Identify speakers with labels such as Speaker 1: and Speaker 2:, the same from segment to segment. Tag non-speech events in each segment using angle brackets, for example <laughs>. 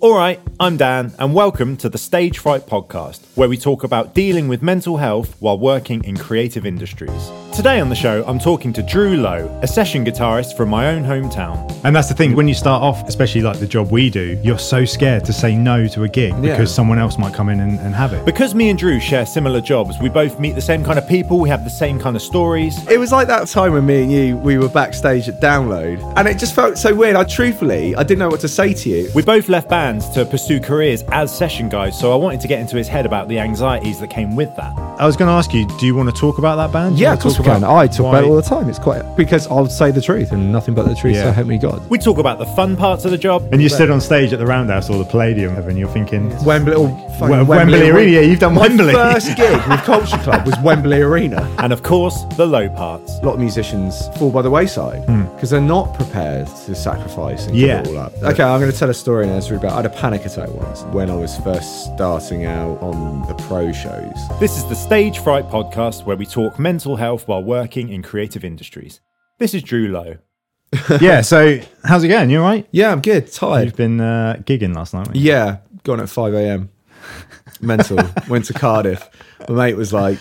Speaker 1: All right, I'm Dan, and welcome to the Stage Fright Podcast, where we talk about dealing with mental health while working in creative industries. Today on the show, I'm talking to Drew Lowe, a session guitarist from my own hometown.
Speaker 2: And that's the thing, when you start off, especially like the job we do, you're so scared to say no to a gig because someone else might come in and, and have it.
Speaker 1: Because me and Drew share similar jobs, we both meet the same kind of people, we have the same kind of stories.
Speaker 3: It was like that time when me and you we were backstage at Download, and it just felt so weird. I truthfully, I didn't know what to say to you.
Speaker 1: We both left bands to pursue careers as session guys, so I wanted to get into his head about the anxieties that came with that.
Speaker 2: I was going to ask you, do you want to talk about that band? Do you
Speaker 3: Yeah,
Speaker 2: wanna
Speaker 3: of course
Speaker 2: talk
Speaker 3: we can. I talk about it all
Speaker 2: why-
Speaker 3: the time. It's quite because I'll say the truth and nothing but the truth.
Speaker 2: Yeah.
Speaker 3: So help me God.
Speaker 1: We talk about the fun parts of the job.
Speaker 2: And you stood on stage at the Roundhouse or the Palladium, and you're thinking,
Speaker 3: Wembley, or fucking
Speaker 2: Wembley Arena, yeah, you've done
Speaker 3: My
Speaker 2: Wembley.
Speaker 3: first gig <laughs> with Culture Club was Wembley Arena.
Speaker 1: And of course, the low parts.
Speaker 3: A lot of musicians fall by the wayside because they're not prepared to sacrifice and
Speaker 2: Yeah.
Speaker 3: give it all up. Okay, I'm going to tell a story now. It's really bad. I had a panic attack once when I was first starting out on the pro shows.
Speaker 1: This is the Stage Fright podcast where we talk mental health while working in creative industries. This is Drew Lowe.
Speaker 2: <laughs> yeah, so how's it going? You all right?
Speaker 3: Yeah, I'm good. Tired.
Speaker 2: You've been uh, gigging last night, yeah.
Speaker 3: Yeah, gone at 5 a.m.
Speaker 2: <laughs>
Speaker 3: Mental. Went to Cardiff. My mate was like,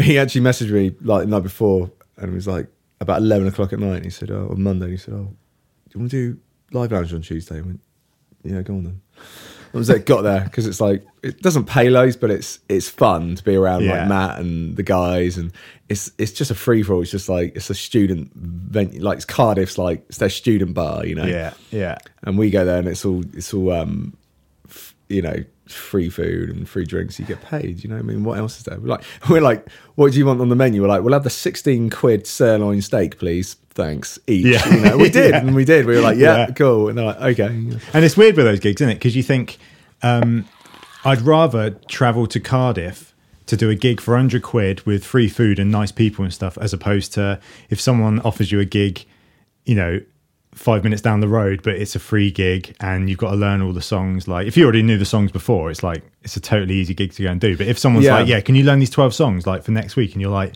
Speaker 3: he actually messaged me like the night before and was like, about 11 o'clock at night. And he said, oh, on Monday, he said, oh, do you want to do live lounge on Tuesday? I went, yeah, go on then. I was like, got there because it's like, it doesn't pay loads, but it's it's fun to be around
Speaker 2: Yeah.
Speaker 3: like Matt and the guys. And it's it's just a free for all. It's just like, it's a student venue. Like, it's Cardiff's like, it's their student bar, you know?
Speaker 2: Yeah, yeah.
Speaker 3: and we go there and it's all it's all um f- you know free food and free drinks you get paid you know what i mean what else is there we're like <laughs> we're like what do you want on the menu we're like we'll have the 16 quid sirloin steak please thanks each
Speaker 2: Yeah.
Speaker 3: you
Speaker 2: <laughs>
Speaker 3: know, we did
Speaker 2: Yeah.
Speaker 3: and we did we were like yeah,
Speaker 2: Yeah.
Speaker 3: cool and they're like okay
Speaker 2: And it's weird with those gigs, isn't it? Because you think, um, I'd rather travel to Cardiff to do a gig for 100 quid with free food and nice people and stuff, as opposed to if someone offers you a gig, you know, five minutes down the road, but it's a free gig and you've got to learn all the songs. Like, if you already knew the songs before, it's like, it's a totally easy gig to go and do. But if someone's
Speaker 3: Yeah.
Speaker 2: like, yeah, can you learn these 12 songs like for next week? And you're like,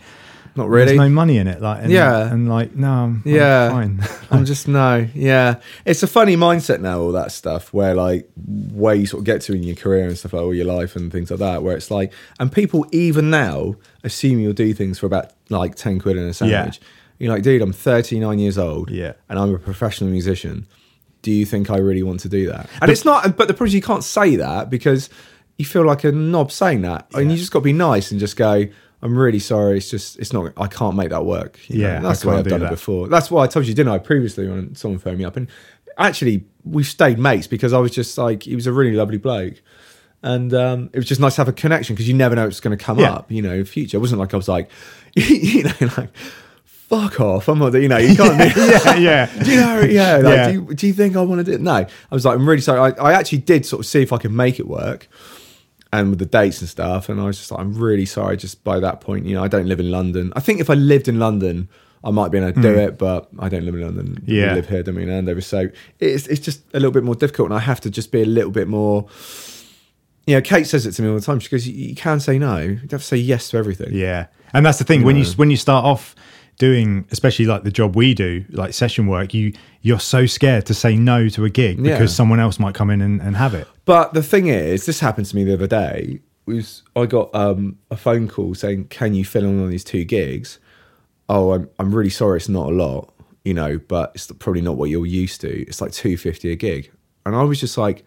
Speaker 3: not really
Speaker 2: there's no money in it. Like, and,
Speaker 3: Yeah.
Speaker 2: And like, no, I'm, I'm
Speaker 3: yeah
Speaker 2: fine. <laughs>
Speaker 3: i'm just no yeah it's a funny mindset now all that stuff where like where you sort of get to in your career and stuff like all your life and things like that where it's like and people even now assume you'll do things for about like 10 quid in a sandwich you're like dude i'm 39 years old
Speaker 2: Yeah.
Speaker 3: and i'm a professional musician do you think i really want to do that and it's not but the problem is you can't say that because you feel like a knob saying that and you just got to be nice and just go i'm really sorry it's just it's not i can't make that work you know?
Speaker 2: Yeah,
Speaker 3: And that's
Speaker 2: I
Speaker 3: why
Speaker 2: can't
Speaker 3: i've
Speaker 2: do
Speaker 3: done
Speaker 2: that.
Speaker 3: it before before. That's why I told you, didn't I, previously when someone phoned me up? And actually, we stayed mates because I was just like, he was a really lovely bloke. And um, it was just nice to have a connection because you never know it's going to come
Speaker 2: Yeah.
Speaker 3: up, you know, in future. It wasn't like I was like, <laughs> you know, like, fuck off. I'm not, you know,
Speaker 2: <laughs>
Speaker 3: you can't be.
Speaker 2: yeah, yeah.
Speaker 3: Do you know? Yeah. Like,
Speaker 2: Yeah.
Speaker 3: Do, you, do you think I want to do it? No. I was like, I'm really sorry. I, I actually did sort of see if I could make it work and with the dates and stuff. And I was just like, I'm really sorry. Just by that point, you know, I don't live in London. I think if I lived in London, I might be able to do it, but I don't live in London.
Speaker 2: Hmm. Yeah.
Speaker 3: We live here, don't we, in Andover. So it's, it's just a little bit more difficult. And I have to just be a little bit more. You know, Kate says it to me all the time. She goes, "You you can say no. You don't have to say yes to everything."
Speaker 2: Yeah, and that's the thing when you when you start off doing, especially like the job we do, like session work, you you're so scared to say no to a gig
Speaker 3: Yeah.
Speaker 2: because someone else might come in and, and have it.
Speaker 3: But the thing is, this happened to me the other day. Was I got um, a phone call saying, "Can you fill in on these two gigs?" Oh, I'm I'm really sorry, it's not a lot, you know, but it's probably not what you're used to. It's like two fifty a gig, and I was just like,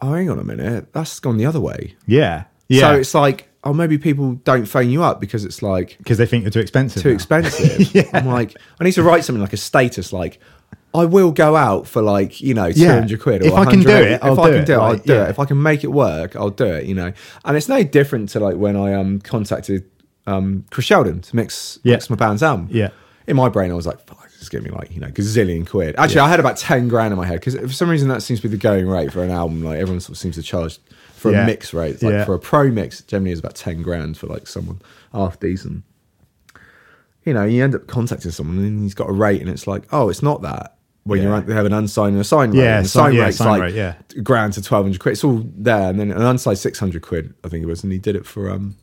Speaker 3: "Oh, hang on a minute, that's gone the other way."
Speaker 2: Yeah, yeah,
Speaker 3: So it's like, oh, maybe people don't phone you up because it's like
Speaker 2: because they think you're too expensive.
Speaker 3: too
Speaker 2: now. <laughs>
Speaker 3: expensive. I'm like, I need to write something like a status, like I will go out for like you know two
Speaker 2: Yeah.
Speaker 3: hundred quid. Or
Speaker 2: If I can do
Speaker 3: 100
Speaker 2: it,
Speaker 3: if
Speaker 2: I'll
Speaker 3: I
Speaker 2: do
Speaker 3: can
Speaker 2: it,
Speaker 3: do it, I'll
Speaker 2: like,
Speaker 3: do
Speaker 2: yeah.
Speaker 3: it. If I can make it work, I'll do it. You know, and it's no different to like when I um contacted um Chris Sheldon to mix
Speaker 2: Yeah.
Speaker 3: mix my band's album.
Speaker 2: Yeah.
Speaker 3: In my brain, I was like, fuck, this is gonna be like you know gazillion quid. Actually, I had about ten grand in my head because for some reason that seems to be the going rate for an album. Like everyone sort of seems to charge for
Speaker 2: Yeah.
Speaker 3: a mix rate. It's Like
Speaker 2: Yeah.
Speaker 3: for a pro mix, it generally is about ten grand for like someone half decent you know, you end up contacting someone and he's got a rate, and it's like, oh, it's not that. When
Speaker 2: Yeah.
Speaker 3: you're un- they have an unsigned and a signed rate,
Speaker 2: Yeah,
Speaker 3: and the
Speaker 2: si-
Speaker 3: sign
Speaker 2: yeah,
Speaker 3: rate's
Speaker 2: sign
Speaker 3: like
Speaker 2: rate, yeah.
Speaker 3: grand to twelve hundred quid. It's all there, and then an unsigned six hundred quid, I think it was, and he did it for um.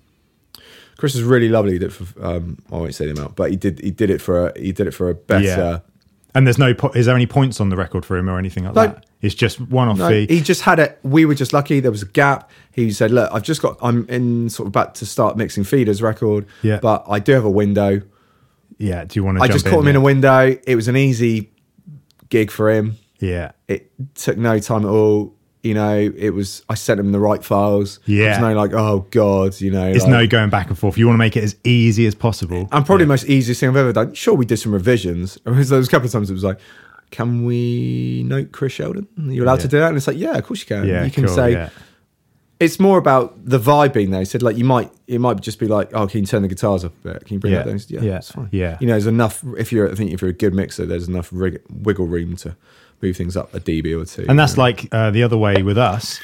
Speaker 3: Chris is really lovely. He did it for um, I won't say the amount, but he did he did it for a he did it for a better
Speaker 2: And there's no po- is there any points on the record for him or anything like
Speaker 3: No.
Speaker 2: that? It's just one off
Speaker 3: No,
Speaker 2: fee.
Speaker 3: he just had it. We were just lucky. There was a gap. He said, "Look, I've just got. I'm in sort of about to start mixing feeders record.
Speaker 2: Yeah.
Speaker 3: but I do have a window.
Speaker 2: yeah, do you want to?
Speaker 3: I
Speaker 2: jump
Speaker 3: just caught him in a window. It was an easy gig for him.
Speaker 2: yeah.
Speaker 3: It took no time at all. You know, it was. I sent him the right files.
Speaker 2: Yeah.
Speaker 3: There's no like, oh god. You know,
Speaker 2: It's
Speaker 3: like-
Speaker 2: no going back and forth. You want to make it as easy as possible.
Speaker 3: And probably the most easiest thing I've ever done. Sure, we did some revisions. <laughs> There was a couple of times it was like, can we note Chris Sheldon? Are you allowed to
Speaker 2: Yeah.
Speaker 3: do that? And it's like, yeah, of course you can.
Speaker 2: yeah,
Speaker 3: you can
Speaker 2: cool,
Speaker 3: say,
Speaker 2: yeah.
Speaker 3: it's more about the vibe being there. He said, like, you might, it might just be like, oh, can you turn the guitars up a bit? Can you bring
Speaker 2: Yeah.
Speaker 3: that down? He said, yeah,
Speaker 2: Yeah.
Speaker 3: it's fine.
Speaker 2: Yeah.
Speaker 3: You know, there's enough, if you're, I think if you're a good mixer, there's enough rig- wiggle room to move things up a dB or two.
Speaker 2: And that's like uh, the other way with us.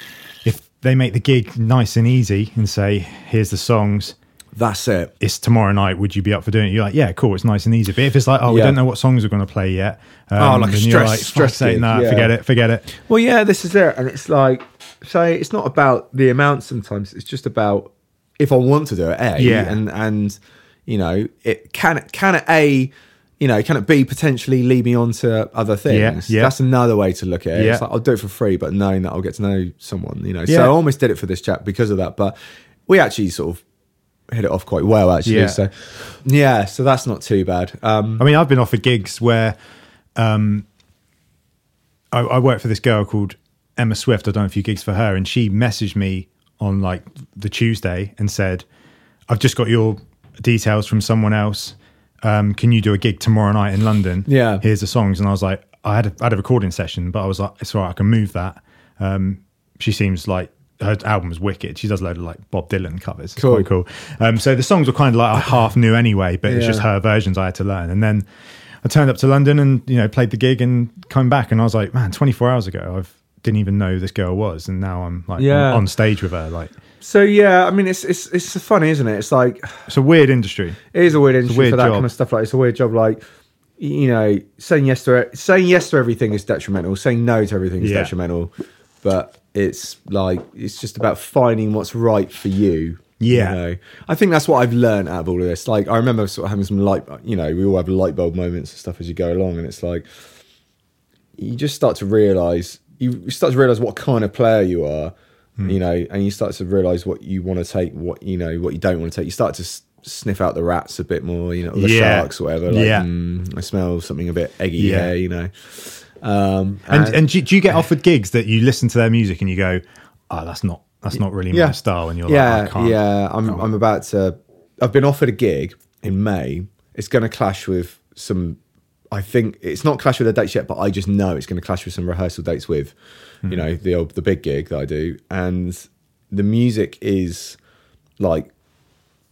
Speaker 2: If they make the gig nice and easy and say, "Here's the songs,"
Speaker 3: that's it.
Speaker 2: it's tomorrow night. Would you be up for doing it? You're like, "Yeah, cool. It's nice and easy." But if it's like, "Oh, we
Speaker 3: Yeah.
Speaker 2: don't know what songs we're going to play yet," um,
Speaker 3: Oh, like a
Speaker 2: then
Speaker 3: stress-
Speaker 2: "Fuck's
Speaker 3: stress
Speaker 2: sake,
Speaker 3: gig,
Speaker 2: nah,
Speaker 3: yeah.
Speaker 2: forget it, forget it.
Speaker 3: Well, yeah, this is it. And it's like, so it's not about the amount sometimes, it's just about if I want to do it, A.
Speaker 2: Yeah.
Speaker 3: And, and, you know, it can, can it A, you know, can it B potentially lead me on to other things?
Speaker 2: yeah.
Speaker 3: That's another way to look at it.
Speaker 2: Yeah.
Speaker 3: It's like, I'll do it for free, but knowing that I'll get to know someone, you know. So
Speaker 2: Yeah.
Speaker 3: I almost did it for this chat because of that, but we actually sort of hit it off quite well, actually.
Speaker 2: Yeah.
Speaker 3: So, yeah, so that's not too bad. Um,
Speaker 2: I mean, I've been offered gigs where um, I, I worked for this girl called Emma Swift. I've done a few gigs for her, and she messaged me on like the Tuesday and said, "I've just got your details from someone else. Um, can you do a gig tomorrow night in London?
Speaker 3: Yeah.
Speaker 2: here's the songs." And I was like, "I had a, I had a recording session, but I was like, it's all right, I can move that." Um, she seems like her album's wicked. She does a load of like Bob Dylan covers. It's
Speaker 3: Cool.
Speaker 2: quite cool. Um, so the songs were kind of like I half knew anyway, but it's
Speaker 3: Yeah.
Speaker 2: just her versions I had to learn. And then I turned up to London and you know played the gig and come back and I was like, man, 24 hours ago, I've didn't even know who this girl was, and now I'm like
Speaker 3: Yeah.
Speaker 2: on, on stage with her. Like
Speaker 3: so, yeah, I mean, it's, it's, it's funny, isn't it? It's like,
Speaker 2: it's a weird industry.
Speaker 3: It is a weird industry
Speaker 2: weird
Speaker 3: for that
Speaker 2: job.
Speaker 3: kind of stuff. Like it's a weird job. Like you know, saying yes to it, saying yes to everything is detrimental. Saying no to everything is
Speaker 2: Yeah.
Speaker 3: detrimental. But it's like it's just about finding what's right for you.
Speaker 2: Yeah.
Speaker 3: you know? I think that's what I've learned out of all of this. Like I remember sort of having some light. You know, we all have light bulb moments and stuff as you go along, and it's like you just start to realize you start to realize what kind of player you are
Speaker 2: Hmm.
Speaker 3: you know and you start to realize what you want to take what you know what you don't want to take you start to s- sniff out the rats a bit more you know or the
Speaker 2: Yeah.
Speaker 3: sharks or whatever like
Speaker 2: Yeah.
Speaker 3: mm, i smell something a bit eggy
Speaker 2: Yeah.
Speaker 3: here you know um
Speaker 2: And and do, do you get offered gigs that you listen to their music and you go, oh, that's not that's not really
Speaker 3: Yeah.
Speaker 2: my style, and you're
Speaker 3: yeah
Speaker 2: like, I can't.
Speaker 3: yeah i'm i'm about to i've been offered a gig in may it's going to clash with some i think it's not clash with the dates yet but i just know it's going to clash with some rehearsal dates with
Speaker 2: Hmm.
Speaker 3: you know the old the big gig that i do and the music is like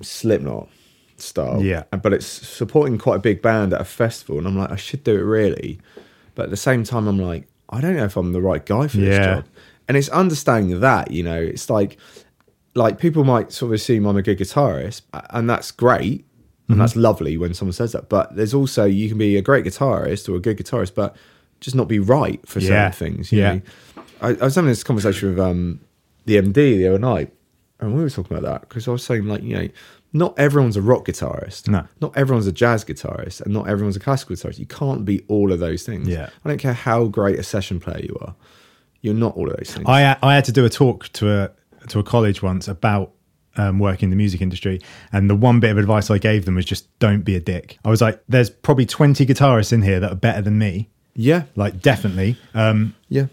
Speaker 3: slipknot style
Speaker 2: Yeah.
Speaker 3: And- but it's supporting quite a big band at a festival and i'm like i should do it really but at the same time i'm like i don't know if i'm the right guy for this
Speaker 2: Yeah.
Speaker 3: job and it's understanding that you know it's like like people might sort of assume I'm a good guitarist, a- and that's great,
Speaker 2: Mm-hmm.
Speaker 3: and that's lovely when someone says that. But there's also you can be a great guitarist or a good guitarist, but just not be right for
Speaker 2: Yeah.
Speaker 3: certain things. You
Speaker 2: Yeah.
Speaker 3: know? I, I was having this conversation with um the MD the other night, and we were talking about that because I was saying like you know. Not everyone's a rock guitarist.
Speaker 2: No.
Speaker 3: Not everyone's a jazz guitarist, and not everyone's a classical guitarist. You can't be all of those things.
Speaker 2: Yeah.
Speaker 3: I don't care how great a session player you are. You're not all of those things.
Speaker 2: I I had to do a talk to a to a college once about um, working in the music industry, and the one bit of advice I gave them was just don't be a dick. I was like, there's probably 20 guitarists in here that are better than me,
Speaker 3: yeah.
Speaker 2: like definitely. Um,
Speaker 3: Yeah.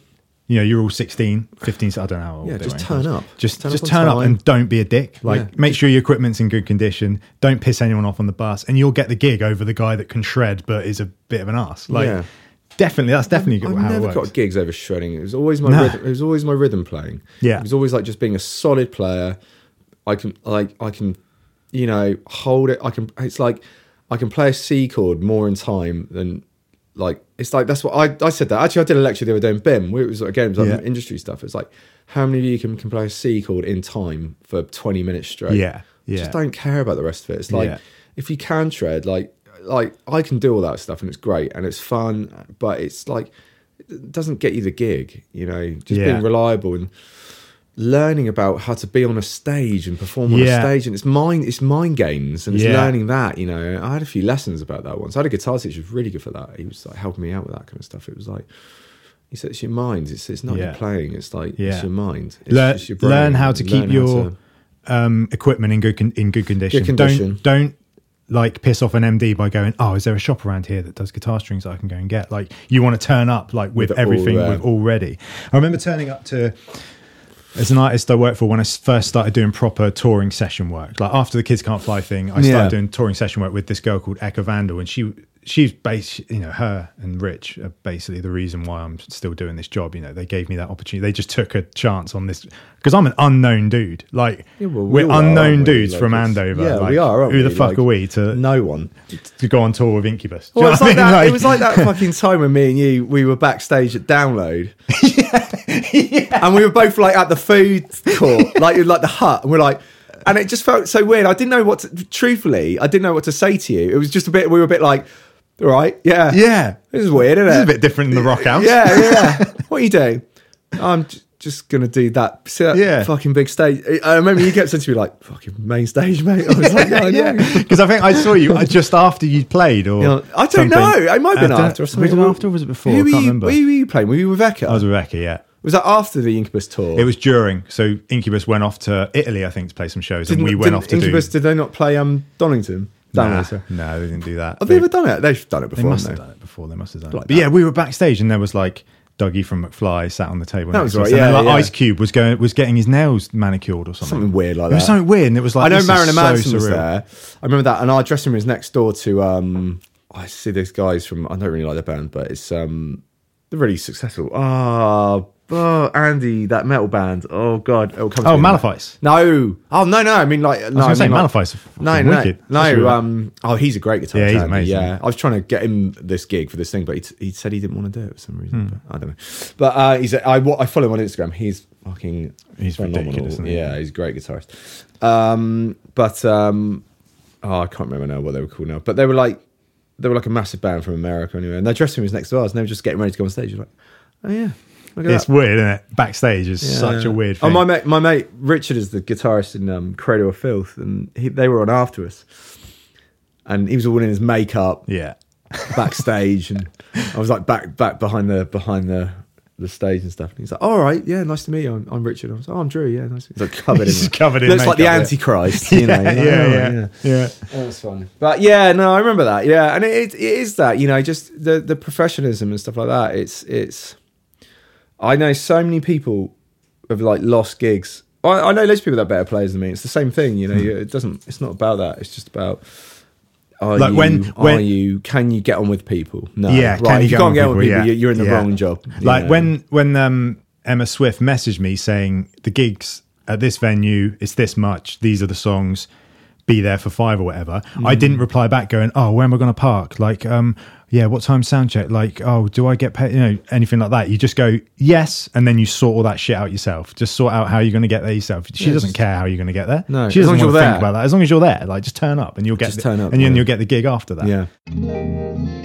Speaker 2: you know, you're all 16, 15, so I don't know. How old
Speaker 3: Yeah,
Speaker 2: they
Speaker 3: just
Speaker 2: were.
Speaker 3: turn up.
Speaker 2: Just
Speaker 3: Turn
Speaker 2: just
Speaker 3: up on
Speaker 2: turn up
Speaker 3: time.
Speaker 2: and don't be a dick. Like,
Speaker 3: Yeah.
Speaker 2: make sure your equipment's in good condition. Don't piss anyone off on the bus, and you'll get the gig over the guy that can shred but is a bit of an ass. Like,
Speaker 3: Yeah.
Speaker 2: definitely, that's definitely
Speaker 3: I've
Speaker 2: how
Speaker 3: never
Speaker 2: it works.
Speaker 3: got gigs over shredding. It was always my
Speaker 2: No.
Speaker 3: rhythm, it was always my rhythm playing.
Speaker 2: Yeah.
Speaker 3: it was always like just being a solid player. I can like I can, you know, hold it. I can. It's like I can play a C chord more in time than like it's like that's what I I said that actually I did a lecture the other day in BIM where it was again it was like
Speaker 2: Yeah.
Speaker 3: industry stuff. It's like how many of you can, can play a C chord in time for twenty minutes straight?
Speaker 2: Yeah, yeah.
Speaker 3: Just don't care about the rest of it. It's like
Speaker 2: Yeah.
Speaker 3: if you can shred, like like I can do all that stuff and it's great and it's fun, but it's like it doesn't get you the gig, you know, just
Speaker 2: Yeah.
Speaker 3: being reliable and learning about how to be on a stage and perform on
Speaker 2: Yeah.
Speaker 3: a stage and it's mind it's mind games and it's
Speaker 2: Yeah.
Speaker 3: learning that you know i had a few lessons about that once i had a guitar teacher who was really good for that he was like helping me out with that kind of stuff it was like he said it's your mind it's, it's not
Speaker 2: Yeah.
Speaker 3: your playing it's like
Speaker 2: Yeah.
Speaker 3: it's your mind it's,
Speaker 2: learn,
Speaker 3: it's your brain.
Speaker 2: learn how to
Speaker 3: Learn
Speaker 2: keep
Speaker 3: how
Speaker 2: your
Speaker 3: to-
Speaker 2: um, equipment in good con- in good condition.
Speaker 3: condition.
Speaker 2: Don't don't like piss off an MD by going, "Oh, is there a shop around here that does guitar strings that I can go and get?" Like you want to turn up like with,
Speaker 3: With it all
Speaker 2: everything
Speaker 3: there.
Speaker 2: with already. I remember turning up to as an artist I worked for when I s- first started doing proper touring session work. Like after the Kids Can't Fly thing, I started
Speaker 3: Yeah.
Speaker 2: doing touring session work with this girl called Eka Vandal, and she she's bas you know, her and Rich are basically the reason why I'm still doing this job. You know, they gave me that opportunity. They just took a chance on this because I'm an unknown dude. Like
Speaker 3: Yeah, well,
Speaker 2: we're
Speaker 3: we all are,
Speaker 2: unknown
Speaker 3: aren't we?
Speaker 2: dudes
Speaker 3: Like,
Speaker 2: from
Speaker 3: it's-
Speaker 2: Andover.
Speaker 3: Yeah,
Speaker 2: Like,
Speaker 3: we are. Aren't
Speaker 2: who
Speaker 3: we?
Speaker 2: the fuck
Speaker 3: Like,
Speaker 2: are we to <laughs>
Speaker 3: No one.
Speaker 2: to go on tour with Incubus? Do you
Speaker 3: Well,
Speaker 2: know
Speaker 3: it's
Speaker 2: what I
Speaker 3: like
Speaker 2: mean?
Speaker 3: that, it was like that
Speaker 2: <laughs>
Speaker 3: fucking time when me and you we were backstage at Download, and we were both like at
Speaker 2: <laughs>
Speaker 3: the food court, like you're like the hut, and we're like, and it just felt so weird. I didn't know what. To, truthfully, I didn't know what to say to you. It was just a bit. We were a bit like, "All right, yeah,
Speaker 2: yeah,
Speaker 3: This is weird, isn't
Speaker 2: this
Speaker 3: it?
Speaker 2: is a bit different than the Rock House. <laughs>
Speaker 3: Yeah, yeah. what are you doing? I'm j- just gonna do that. See that
Speaker 2: Yeah.
Speaker 3: fucking big stage. I- I remember you kept saying to me like, "Fucking main stage, mate." I was like, "Oh, "Yeah,
Speaker 2: <laughs>
Speaker 3: I know."
Speaker 2: yeah, because I think I saw you uh, just after you'd played, or
Speaker 3: You know, I don't
Speaker 2: something.
Speaker 3: know. It might have been
Speaker 2: After-
Speaker 3: after. or something.
Speaker 2: Was it after or was it before?
Speaker 3: Who
Speaker 2: I
Speaker 3: were
Speaker 2: can't
Speaker 3: you,
Speaker 2: remember.
Speaker 3: Who were you playing? Were you with Eka?
Speaker 2: I was
Speaker 3: Was,
Speaker 2: with Rebecca, yeah.
Speaker 3: that after the Incubus tour?
Speaker 2: It was during. So Incubus went off to Italy, I think, to play some shows,
Speaker 3: Didn't-
Speaker 2: and we went
Speaker 3: didn't
Speaker 2: off to
Speaker 3: Incubus,
Speaker 2: do.
Speaker 3: Did they not play um, Donington?
Speaker 2: Nah,
Speaker 3: Download, sorry.
Speaker 2: no, they didn't do that.
Speaker 3: Have
Speaker 2: They-
Speaker 3: they ever done it? They've done it
Speaker 2: They
Speaker 3: before.
Speaker 2: must have
Speaker 3: haven't they?
Speaker 2: done it before. They must have done
Speaker 3: Like
Speaker 2: it. But
Speaker 3: that.
Speaker 2: yeah, we were backstage, and there was like Dougie from McFly sat on the table.
Speaker 3: That
Speaker 2: next
Speaker 3: was
Speaker 2: to us,
Speaker 3: right,
Speaker 2: and then,
Speaker 3: yeah,
Speaker 2: like
Speaker 3: yeah.
Speaker 2: Ice Cube was going was getting his nails manicured or something.
Speaker 3: Something weird like
Speaker 2: It was
Speaker 3: that.
Speaker 2: something weird, and it was like
Speaker 3: I know
Speaker 2: this is
Speaker 3: Marilyn
Speaker 2: so
Speaker 3: Manson was
Speaker 2: surreal.
Speaker 3: there. I remember that, and our dressing room is next door to. Um, I see these guys from. I don't really like the band, but it's um, they're really successful. Ah, oh, Andy, that metal band. Oh God, it'll come to
Speaker 2: Oh,
Speaker 3: me.
Speaker 2: Malafi's.
Speaker 3: No, oh no, no. I mean, like, no, I
Speaker 2: gonna say,
Speaker 3: mean, like-
Speaker 2: Malafi's are
Speaker 3: No,
Speaker 2: fucking
Speaker 3: no,
Speaker 2: wicked. That's really-
Speaker 3: no. Um, oh, he's a great guitarist.
Speaker 2: Yeah, he's
Speaker 3: Andy,
Speaker 2: amazing.
Speaker 3: Yeah, I was trying to get him this gig for this thing, but he, he said he didn't want to do it for some reason.
Speaker 2: Hmm.
Speaker 3: But I don't know. But uh, he's a, I, wa- I follow him on Instagram. He's fucking
Speaker 2: He's ridiculous, isn't he?
Speaker 3: Yeah, he's a great guitarist. Um, but um, oh, I can't remember now what they were called now. But they were like they were like a massive band from America anyway, and their dressing room was next to ours, and they were just getting ready to go on stage. You're like, oh yeah, look at
Speaker 2: It's
Speaker 3: that.
Speaker 2: weird, isn't it? Backstage is
Speaker 3: Yeah.
Speaker 2: such a weird.
Speaker 3: Oh,
Speaker 2: Thing.
Speaker 3: my mate, my mate Richard is the guitarist in um, Cradle of Filth, and he, they were on after us. And he was all in his makeup,
Speaker 2: yeah.
Speaker 3: <laughs> backstage and I was like back back behind the behind the the stage and stuff. And he's like, "All right, yeah, nice to meet you. I'm, I'm Richard." I was like, "Oh, I'm Drew. Yeah, nice." To meet you. He's like covered
Speaker 2: He's
Speaker 3: in
Speaker 2: covered in
Speaker 3: Looks like the
Speaker 2: makeup, yeah. <laughs>
Speaker 3: Antichrist. You
Speaker 2: Yeah,
Speaker 3: know? You're like,
Speaker 2: yeah,
Speaker 3: "Oh,
Speaker 2: yeah, yeah.
Speaker 3: That was fun. But yeah, no, I remember that. Yeah, and it, it, it is that you know just the the professionalism and stuff like that. It's it's. I know so many people have like lost gigs. I, I know loads of people that are better players than me. It's the same thing, you know. you-
Speaker 2: Hmm.
Speaker 3: It doesn't. It's not about that. It's just about. Are
Speaker 2: Like,
Speaker 3: you,
Speaker 2: when- when-
Speaker 3: are you? Can you get on with people? No.
Speaker 2: Yeah,
Speaker 3: Right.
Speaker 2: can you
Speaker 3: if you
Speaker 2: get on with
Speaker 3: can't get on with
Speaker 2: people?
Speaker 3: people,
Speaker 2: Yeah.
Speaker 3: you're, you're in the
Speaker 2: Yeah.
Speaker 3: wrong job. you
Speaker 2: Like
Speaker 3: know.
Speaker 2: when when um, Emma Swift messaged me saying the gigs at this venue it's this much. These are the songs. Be there for five or whatever. I didn't
Speaker 3: Mm.
Speaker 2: reply back, going, "Oh, where am I going to park? Like, um, yeah, what time sound check? Like, oh, do I get paid? You know, anything like that. You just go yes, and then you sort all that shit out yourself. Just sort out how you're going to get there yourself. She
Speaker 3: Yeah,
Speaker 2: doesn't
Speaker 3: just-
Speaker 2: care how you're going to get there.
Speaker 3: No,
Speaker 2: she doesn't
Speaker 3: as long as
Speaker 2: want to think
Speaker 3: you're there.
Speaker 2: about that. As long as you're there, like, just turn up and you'll get
Speaker 3: Just
Speaker 2: the-
Speaker 3: turn up,
Speaker 2: and then
Speaker 3: yeah.
Speaker 2: you'll get the gig after that.
Speaker 3: yeah.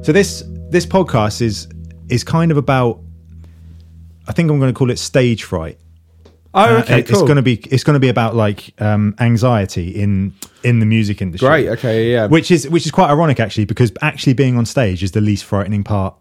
Speaker 2: So this this podcast is is kind of about. I think I'm going to call it stage fright.
Speaker 3: Oh,
Speaker 2: Uh,
Speaker 3: okay,
Speaker 2: it-
Speaker 3: cool.
Speaker 2: It's going to be it's going to be about like um, anxiety in in the music industry.
Speaker 3: great. Okay, yeah.
Speaker 2: Which is which is quite ironic actually, because actually being on stage is the least frightening part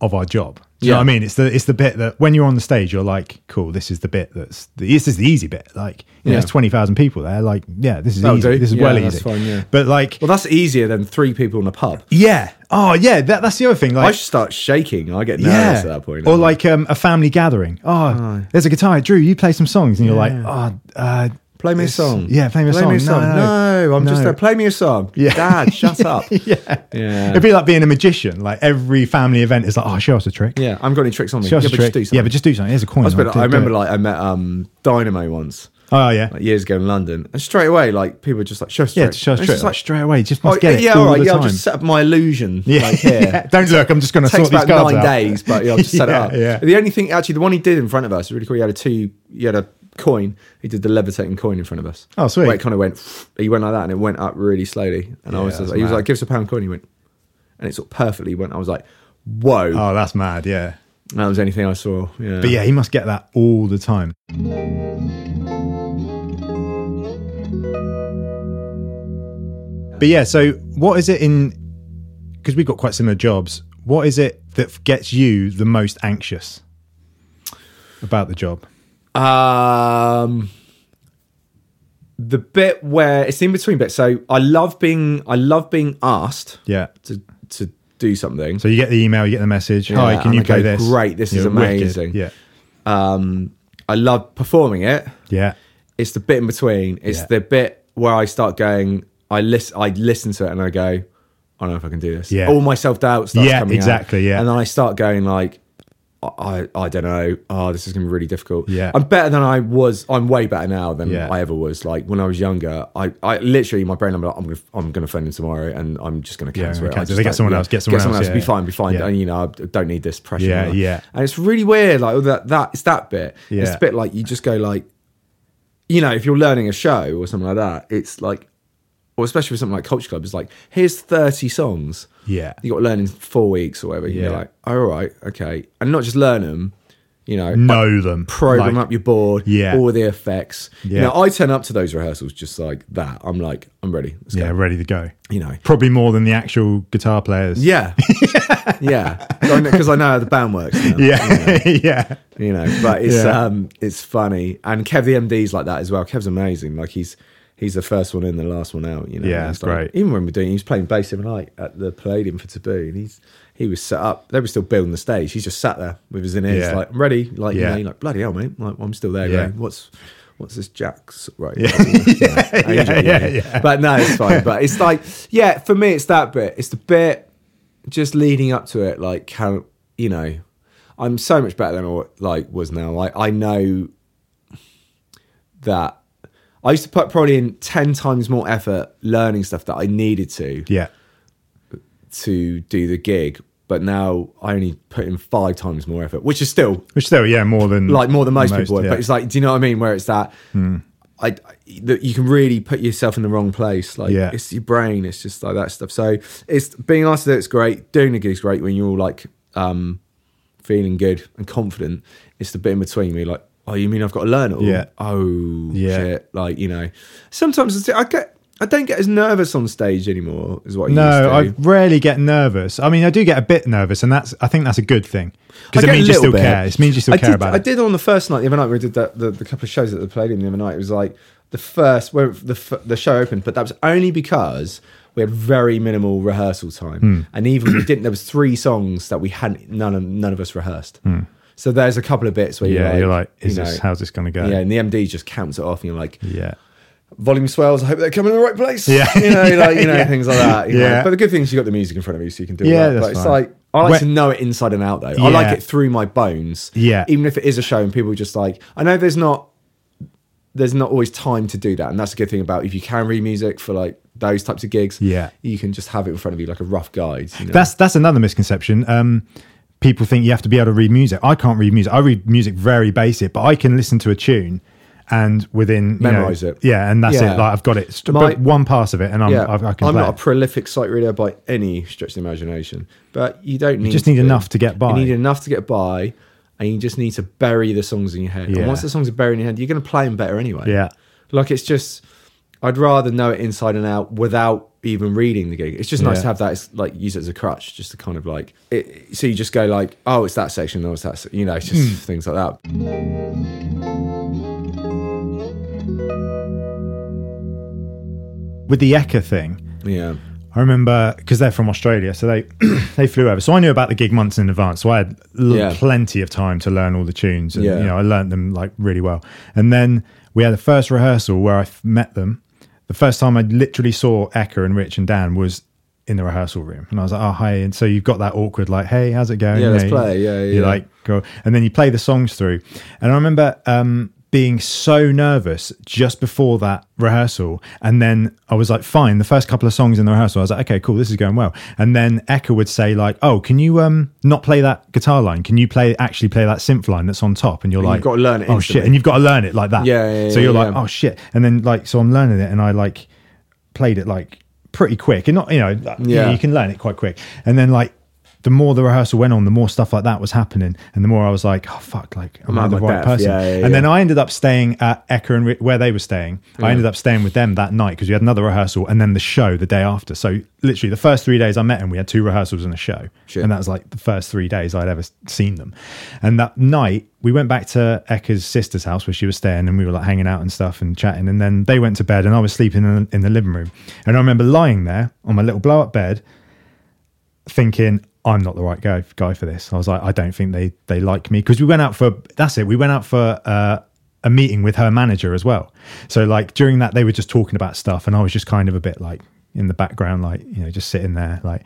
Speaker 2: of our job. Do you know
Speaker 3: Yeah.
Speaker 2: what I mean? It's the it's the bit that when you're on the stage, you're like, cool, this is the bit that's the, this is the easy bit. Like, you know,
Speaker 3: Yeah.
Speaker 2: there's twenty thousand people there. Like, yeah, this is
Speaker 3: That'll
Speaker 2: easy.
Speaker 3: do.
Speaker 2: This is
Speaker 3: Yeah,
Speaker 2: well
Speaker 3: that's
Speaker 2: easy.
Speaker 3: fine, yeah.
Speaker 2: But like,
Speaker 3: well, that's easier than three people in a pub.
Speaker 2: yeah, oh yeah, that, that's the other thing. Like,
Speaker 3: I should start shaking. I get nervous
Speaker 2: yeah.
Speaker 3: at that point.
Speaker 2: Or like um, a family gathering. Oh, there's a guitar. Drew, you play some songs, and you're like, oh, uh,
Speaker 3: Play me a
Speaker 2: this-
Speaker 3: song.
Speaker 2: Yeah, play me a song.
Speaker 3: Play me a song.
Speaker 2: No,
Speaker 3: No,
Speaker 2: no,
Speaker 3: I'm just
Speaker 2: no.
Speaker 3: there. Play me a song.
Speaker 2: <laughs> Yeah.
Speaker 3: Dad, shut up.
Speaker 2: <laughs> yeah.
Speaker 3: Yeah.
Speaker 2: It'd be like being a magician. Like every family event is like, oh, show us a trick.
Speaker 3: yeah, I haven't got any tricks on me.
Speaker 2: Show
Speaker 3: Yeah,
Speaker 2: us
Speaker 3: but
Speaker 2: a trick.
Speaker 3: just do something.
Speaker 2: yeah, but just do something. Here's a coin.
Speaker 3: I, was a bit-
Speaker 2: Do-
Speaker 3: I
Speaker 2: do
Speaker 3: remember
Speaker 2: it.
Speaker 3: like I met um, Dynamo once,
Speaker 2: oh yeah.
Speaker 3: like years ago in London, and straight away like people were just like, "Show us a
Speaker 2: yeah,
Speaker 3: trick."
Speaker 2: to show us
Speaker 3: And it's
Speaker 2: trick.
Speaker 3: just
Speaker 2: Like,
Speaker 3: like,
Speaker 2: straight away. Just
Speaker 3: oh,
Speaker 2: must get it
Speaker 3: yeah,
Speaker 2: all
Speaker 3: all right,
Speaker 2: the
Speaker 3: yeah,
Speaker 2: time.
Speaker 3: I'll just set up my illusion.
Speaker 2: <laughs> yeah.
Speaker 3: like, here.
Speaker 2: <laughs> Don't look. I'm just going to sort
Speaker 3: takes
Speaker 2: these
Speaker 3: about
Speaker 2: cards
Speaker 3: nine
Speaker 2: out.
Speaker 3: days, but
Speaker 2: <laughs>
Speaker 3: yeah, I'll just set
Speaker 2: Yeah,
Speaker 3: it up.
Speaker 2: yeah.
Speaker 3: The only thing, actually, the one he did in front of us was really cool. He had a two, he had a coin. He did the levitating coin in front of us.
Speaker 2: Oh, sweet.
Speaker 3: Where it kind of went. He went like that, and it went up really slowly. And I
Speaker 2: Yeah,
Speaker 3: was, just,
Speaker 2: that's
Speaker 3: he was
Speaker 2: mad.
Speaker 3: like, "Give us a pound coin." He went, and it sort of perfectly went. I was like, "Whoa!"
Speaker 2: Oh, that's mad. Yeah.
Speaker 3: That was anything I saw. Yeah.
Speaker 2: Oh. But yeah, he must get that all the time. But yeah, so what is it in? Because we've got quite similar jobs. What is it that gets you the most anxious about the job?
Speaker 3: Um, the bit where it's the in between bit. So I love being I love being asked
Speaker 2: Yeah.
Speaker 3: to to do something.
Speaker 2: So you get the email, you get the message. Hi,
Speaker 3: Yeah,
Speaker 2: can
Speaker 3: and
Speaker 2: you
Speaker 3: I go,
Speaker 2: play this?
Speaker 3: "Great, this is
Speaker 2: You're wicked.
Speaker 3: amazing."
Speaker 2: Yeah,
Speaker 3: Um, I love performing it.
Speaker 2: yeah,
Speaker 3: It's the bit in between. It's
Speaker 2: Yeah.
Speaker 3: the bit where I start going. I listen. I listen to it and I go. I don't know if I can do this.
Speaker 2: Yeah.
Speaker 3: All my self doubt starts
Speaker 2: Yeah,
Speaker 3: coming out.
Speaker 2: exactly, yeah.
Speaker 3: And then I start going like, I, I I don't know. Oh, this is gonna be really difficult.
Speaker 2: Yeah.
Speaker 3: I'm better than I was. I'm way better now than
Speaker 2: Yeah.
Speaker 3: I ever was. Like when I was younger, I, I literally my brain. I'm like, I'm gonna I'm gonna phone him tomorrow and I'm just gonna
Speaker 2: Yeah,
Speaker 3: cancel it.
Speaker 2: okay.
Speaker 3: I
Speaker 2: So
Speaker 3: just
Speaker 2: they get
Speaker 3: don't-
Speaker 2: someone
Speaker 3: yeah,
Speaker 2: else, get someone else,
Speaker 3: Be
Speaker 2: yeah.
Speaker 3: fine. Be fine.
Speaker 2: Yeah.
Speaker 3: And, you know, I don't need this pressure.
Speaker 2: Yeah,
Speaker 3: Like-
Speaker 2: yeah.
Speaker 3: And it's really weird. Like all that that it's that bit. It's
Speaker 2: Yeah.
Speaker 3: the bit like you just go like you know, if you're learning a show or something like that, it's like, or especially with something like Culture Club, it's like, here's 30 songs.
Speaker 2: Yeah.
Speaker 3: You got to learn in four weeks or whatever.
Speaker 2: Yeah.
Speaker 3: You're like, oh, all right, okay. And not just learn them, you know,
Speaker 2: know them.
Speaker 3: program
Speaker 2: Like,
Speaker 3: up your board,
Speaker 2: Yeah.
Speaker 3: all the effects.
Speaker 2: Yeah.
Speaker 3: You know, I turn up to those rehearsals just like that. I'm like, I'm ready. Let's
Speaker 2: Yeah,
Speaker 3: go.
Speaker 2: ready to go.
Speaker 3: You know,
Speaker 2: Probably more than the actual guitar players.
Speaker 3: yeah. <laughs> yeah. Because I know how the band works. now.
Speaker 2: yeah, <laughs> yeah.
Speaker 3: you know. But it's
Speaker 2: Yeah.
Speaker 3: um, it's funny, and Kev the MD's like that as well. Kev's amazing. Like he's he's the first one in, the last one out. You know,
Speaker 2: Yeah,
Speaker 3: And
Speaker 2: that's
Speaker 3: it's like-
Speaker 2: great.
Speaker 3: Even when we're doing, he was playing bass the other night at the Palladium for Taboo, and he's he was set up. They were still building the stage. He's just sat there with his in ears,
Speaker 2: Yeah.
Speaker 3: like I'm ready. Like
Speaker 2: Yeah.
Speaker 3: you know, you're like bloody hell, mate. Like I'm still there.
Speaker 2: Yeah.
Speaker 3: Going, what's what's this Jack's right? <laughs> Yeah.
Speaker 2: yeah, yeah, yeah.
Speaker 3: But no, it's fine. But it's like, yeah, for me, it's that bit. It's the bit just leading up to it. Like, can you know, I'm so much better than I wa- like was now. Like, I know that I used to put probably in ten times more effort learning stuff that I needed to
Speaker 2: Yeah.
Speaker 3: to do the gig. But now I only put in five times more effort, which is still
Speaker 2: Which still, yeah, more than
Speaker 3: like more than most, people would.
Speaker 2: Um, yeah. Hmm.
Speaker 3: But it's like, do you know what I mean? Where it's that, I that you can really put yourself in the wrong place. Like
Speaker 2: Yeah.
Speaker 3: it's your brain. It's just like that stuff. So it's being asked that it's great. Doing the gig's great when you're all like um, feeling good and confident. It's the bit in between where you're like, oh, you mean I've got to learn it all?
Speaker 2: Yeah.
Speaker 3: Oh
Speaker 2: Yeah.
Speaker 3: shit! Like you know, sometimes it's- I get. I don't get as nervous on stage anymore as what I
Speaker 2: no, I
Speaker 3: used to.
Speaker 2: rarely get nervous. I mean, I do get a bit nervous, and that's I think that's a good thing because it
Speaker 3: get a
Speaker 2: means you
Speaker 3: little
Speaker 2: still
Speaker 3: bit.
Speaker 2: care. It means you still
Speaker 3: I
Speaker 2: care
Speaker 3: did,
Speaker 2: about
Speaker 3: I
Speaker 2: it.
Speaker 3: did on the first night the other night. We did that, the, the couple of shows at the Palladium the other night. It was like the first where the f- the show opened, but that was only because we had very minimal rehearsal time,
Speaker 2: Hmm.
Speaker 3: and even we didn't. There was three songs that we hadn't none of none of us rehearsed. So there's a couple of bits where
Speaker 2: Hmm. yeah,
Speaker 3: you're
Speaker 2: you're
Speaker 3: like,
Speaker 2: like, is
Speaker 3: you
Speaker 2: this
Speaker 3: know,
Speaker 2: how's this going to go?
Speaker 3: yeah, and the MD just counts it off, and you're like,
Speaker 2: yeah,
Speaker 3: volume swells. I hope they're coming in the right
Speaker 2: <laughs>
Speaker 3: place.
Speaker 2: Yeah.
Speaker 3: you know, like you know,
Speaker 2: Yeah.
Speaker 3: things like that. you know.
Speaker 2: Yeah.
Speaker 3: but the good thing is you got the music in front of you, so you can do
Speaker 2: Yeah,
Speaker 3: that.
Speaker 2: that's
Speaker 3: But it's
Speaker 2: fine.
Speaker 3: like I like
Speaker 2: When-
Speaker 3: to know it inside and out, though.
Speaker 2: Yeah.
Speaker 3: I like it through my bones.
Speaker 2: Yeah.
Speaker 3: even if it is a show and people are just like, I know there's not there's not always time to do that, and that's a good thing about if you can read music for like those types of gigs.
Speaker 2: Yeah.
Speaker 3: you can just have it in front of you like a rough guide. You know?
Speaker 2: That's that's another misconception. Um, people think you have to be able to read music. I can't read music. I read music very basic, but I can listen to a tune and within you know-
Speaker 3: Memorise it.
Speaker 2: Yeah, and that's
Speaker 3: Yeah.
Speaker 2: it. Like I've got it. St-
Speaker 3: My-
Speaker 2: but one pass of it, and I'm
Speaker 3: yeah,
Speaker 2: I, I can play.
Speaker 3: am not a
Speaker 2: it.
Speaker 3: prolific sight reader by any stretch of the imagination, but you don't need
Speaker 2: just need
Speaker 3: to.
Speaker 2: enough to get by.
Speaker 3: You need enough to get by, and you just need to bury the songs in your head.
Speaker 2: Yeah.
Speaker 3: And once the songs are buried in your head, you're going to play them better anyway.
Speaker 2: Yeah.
Speaker 3: like it's just. I'd rather know it inside and out without even reading the gig. It's just nice
Speaker 2: Yeah.
Speaker 3: to have that. It's like use it as a crutch, just to kind of like. It, so you just go like, oh, it's that section, oh, it's that. se-" You know, it's just
Speaker 2: Hmm.
Speaker 3: things like that.
Speaker 2: With the Eka thing,
Speaker 3: Yeah.
Speaker 2: I remember because they're from Australia, so they <clears throat> they flew over. So I knew about the gig months in advance. So I had l-
Speaker 3: Yeah.
Speaker 2: plenty of time to learn all the tunes, and
Speaker 3: Yeah.
Speaker 2: you know I learnt them like really well. And then we had the first rehearsal where I f- met them. The first time I literally saw Eka and Rich and Dan was in the rehearsal room, and I was like, "Oh, hi!" And so you've got that awkward like, "Hey, how's it going?"
Speaker 3: Yeah,
Speaker 2: You
Speaker 3: let's
Speaker 2: know,
Speaker 3: play. Yeah, yeah,
Speaker 2: You
Speaker 3: yeah.
Speaker 2: like go, and then you play the songs through. And I remember um, being so nervous just before that rehearsal, and then I was like, "Fine." The first couple of songs in the rehearsal, I was like, "Okay, cool, this is going well." And then Eka would say like, "Oh, can you um not play that guitar line? Can you play actually play that synth line that's on top?" And you're like,
Speaker 3: got to learn it
Speaker 2: Oh
Speaker 3: instantly.
Speaker 2: shit!" And you've got to learn it like that.
Speaker 3: Yeah, yeah,
Speaker 2: so
Speaker 3: yeah,
Speaker 2: you're like,
Speaker 3: yeah.
Speaker 2: "Oh shit!" And then like, so I'm learning it, and I like played it like pretty quick and not you know yeah.
Speaker 3: Yeah.
Speaker 2: you can learn it quite quick and then like the more the rehearsal went on, the more stuff like that was happening, and the more I was like, oh fuck, like am i
Speaker 3: I'm
Speaker 2: the
Speaker 3: at my
Speaker 2: right
Speaker 3: depth.
Speaker 2: person?
Speaker 3: Yeah, yeah,
Speaker 2: and
Speaker 3: yeah.
Speaker 2: then I ended up staying at Ecker and Ri- where they were staying. I ended up staying with them that night because we had another rehearsal and then the show the day after. So literally the first three days I met him, we had two rehearsals and a show,
Speaker 3: Shit.
Speaker 2: and that was like the first three days I'd ever s- seen them. And that night we went back to Ecker's sister's house where she was staying, and we were like hanging out and stuff and chatting. And then they went to bed, and I was sleeping in, in the living room. And I remember lying there on my little blow up bed thinking I'm not the right guy guy for this. I was like, I don't think they they like me because we went out for that's it. We went out for uh, a meeting with her manager as well. So like during that, they were just talking about stuff, and I was just kind of a bit like in the background, like you know, just sitting there, like.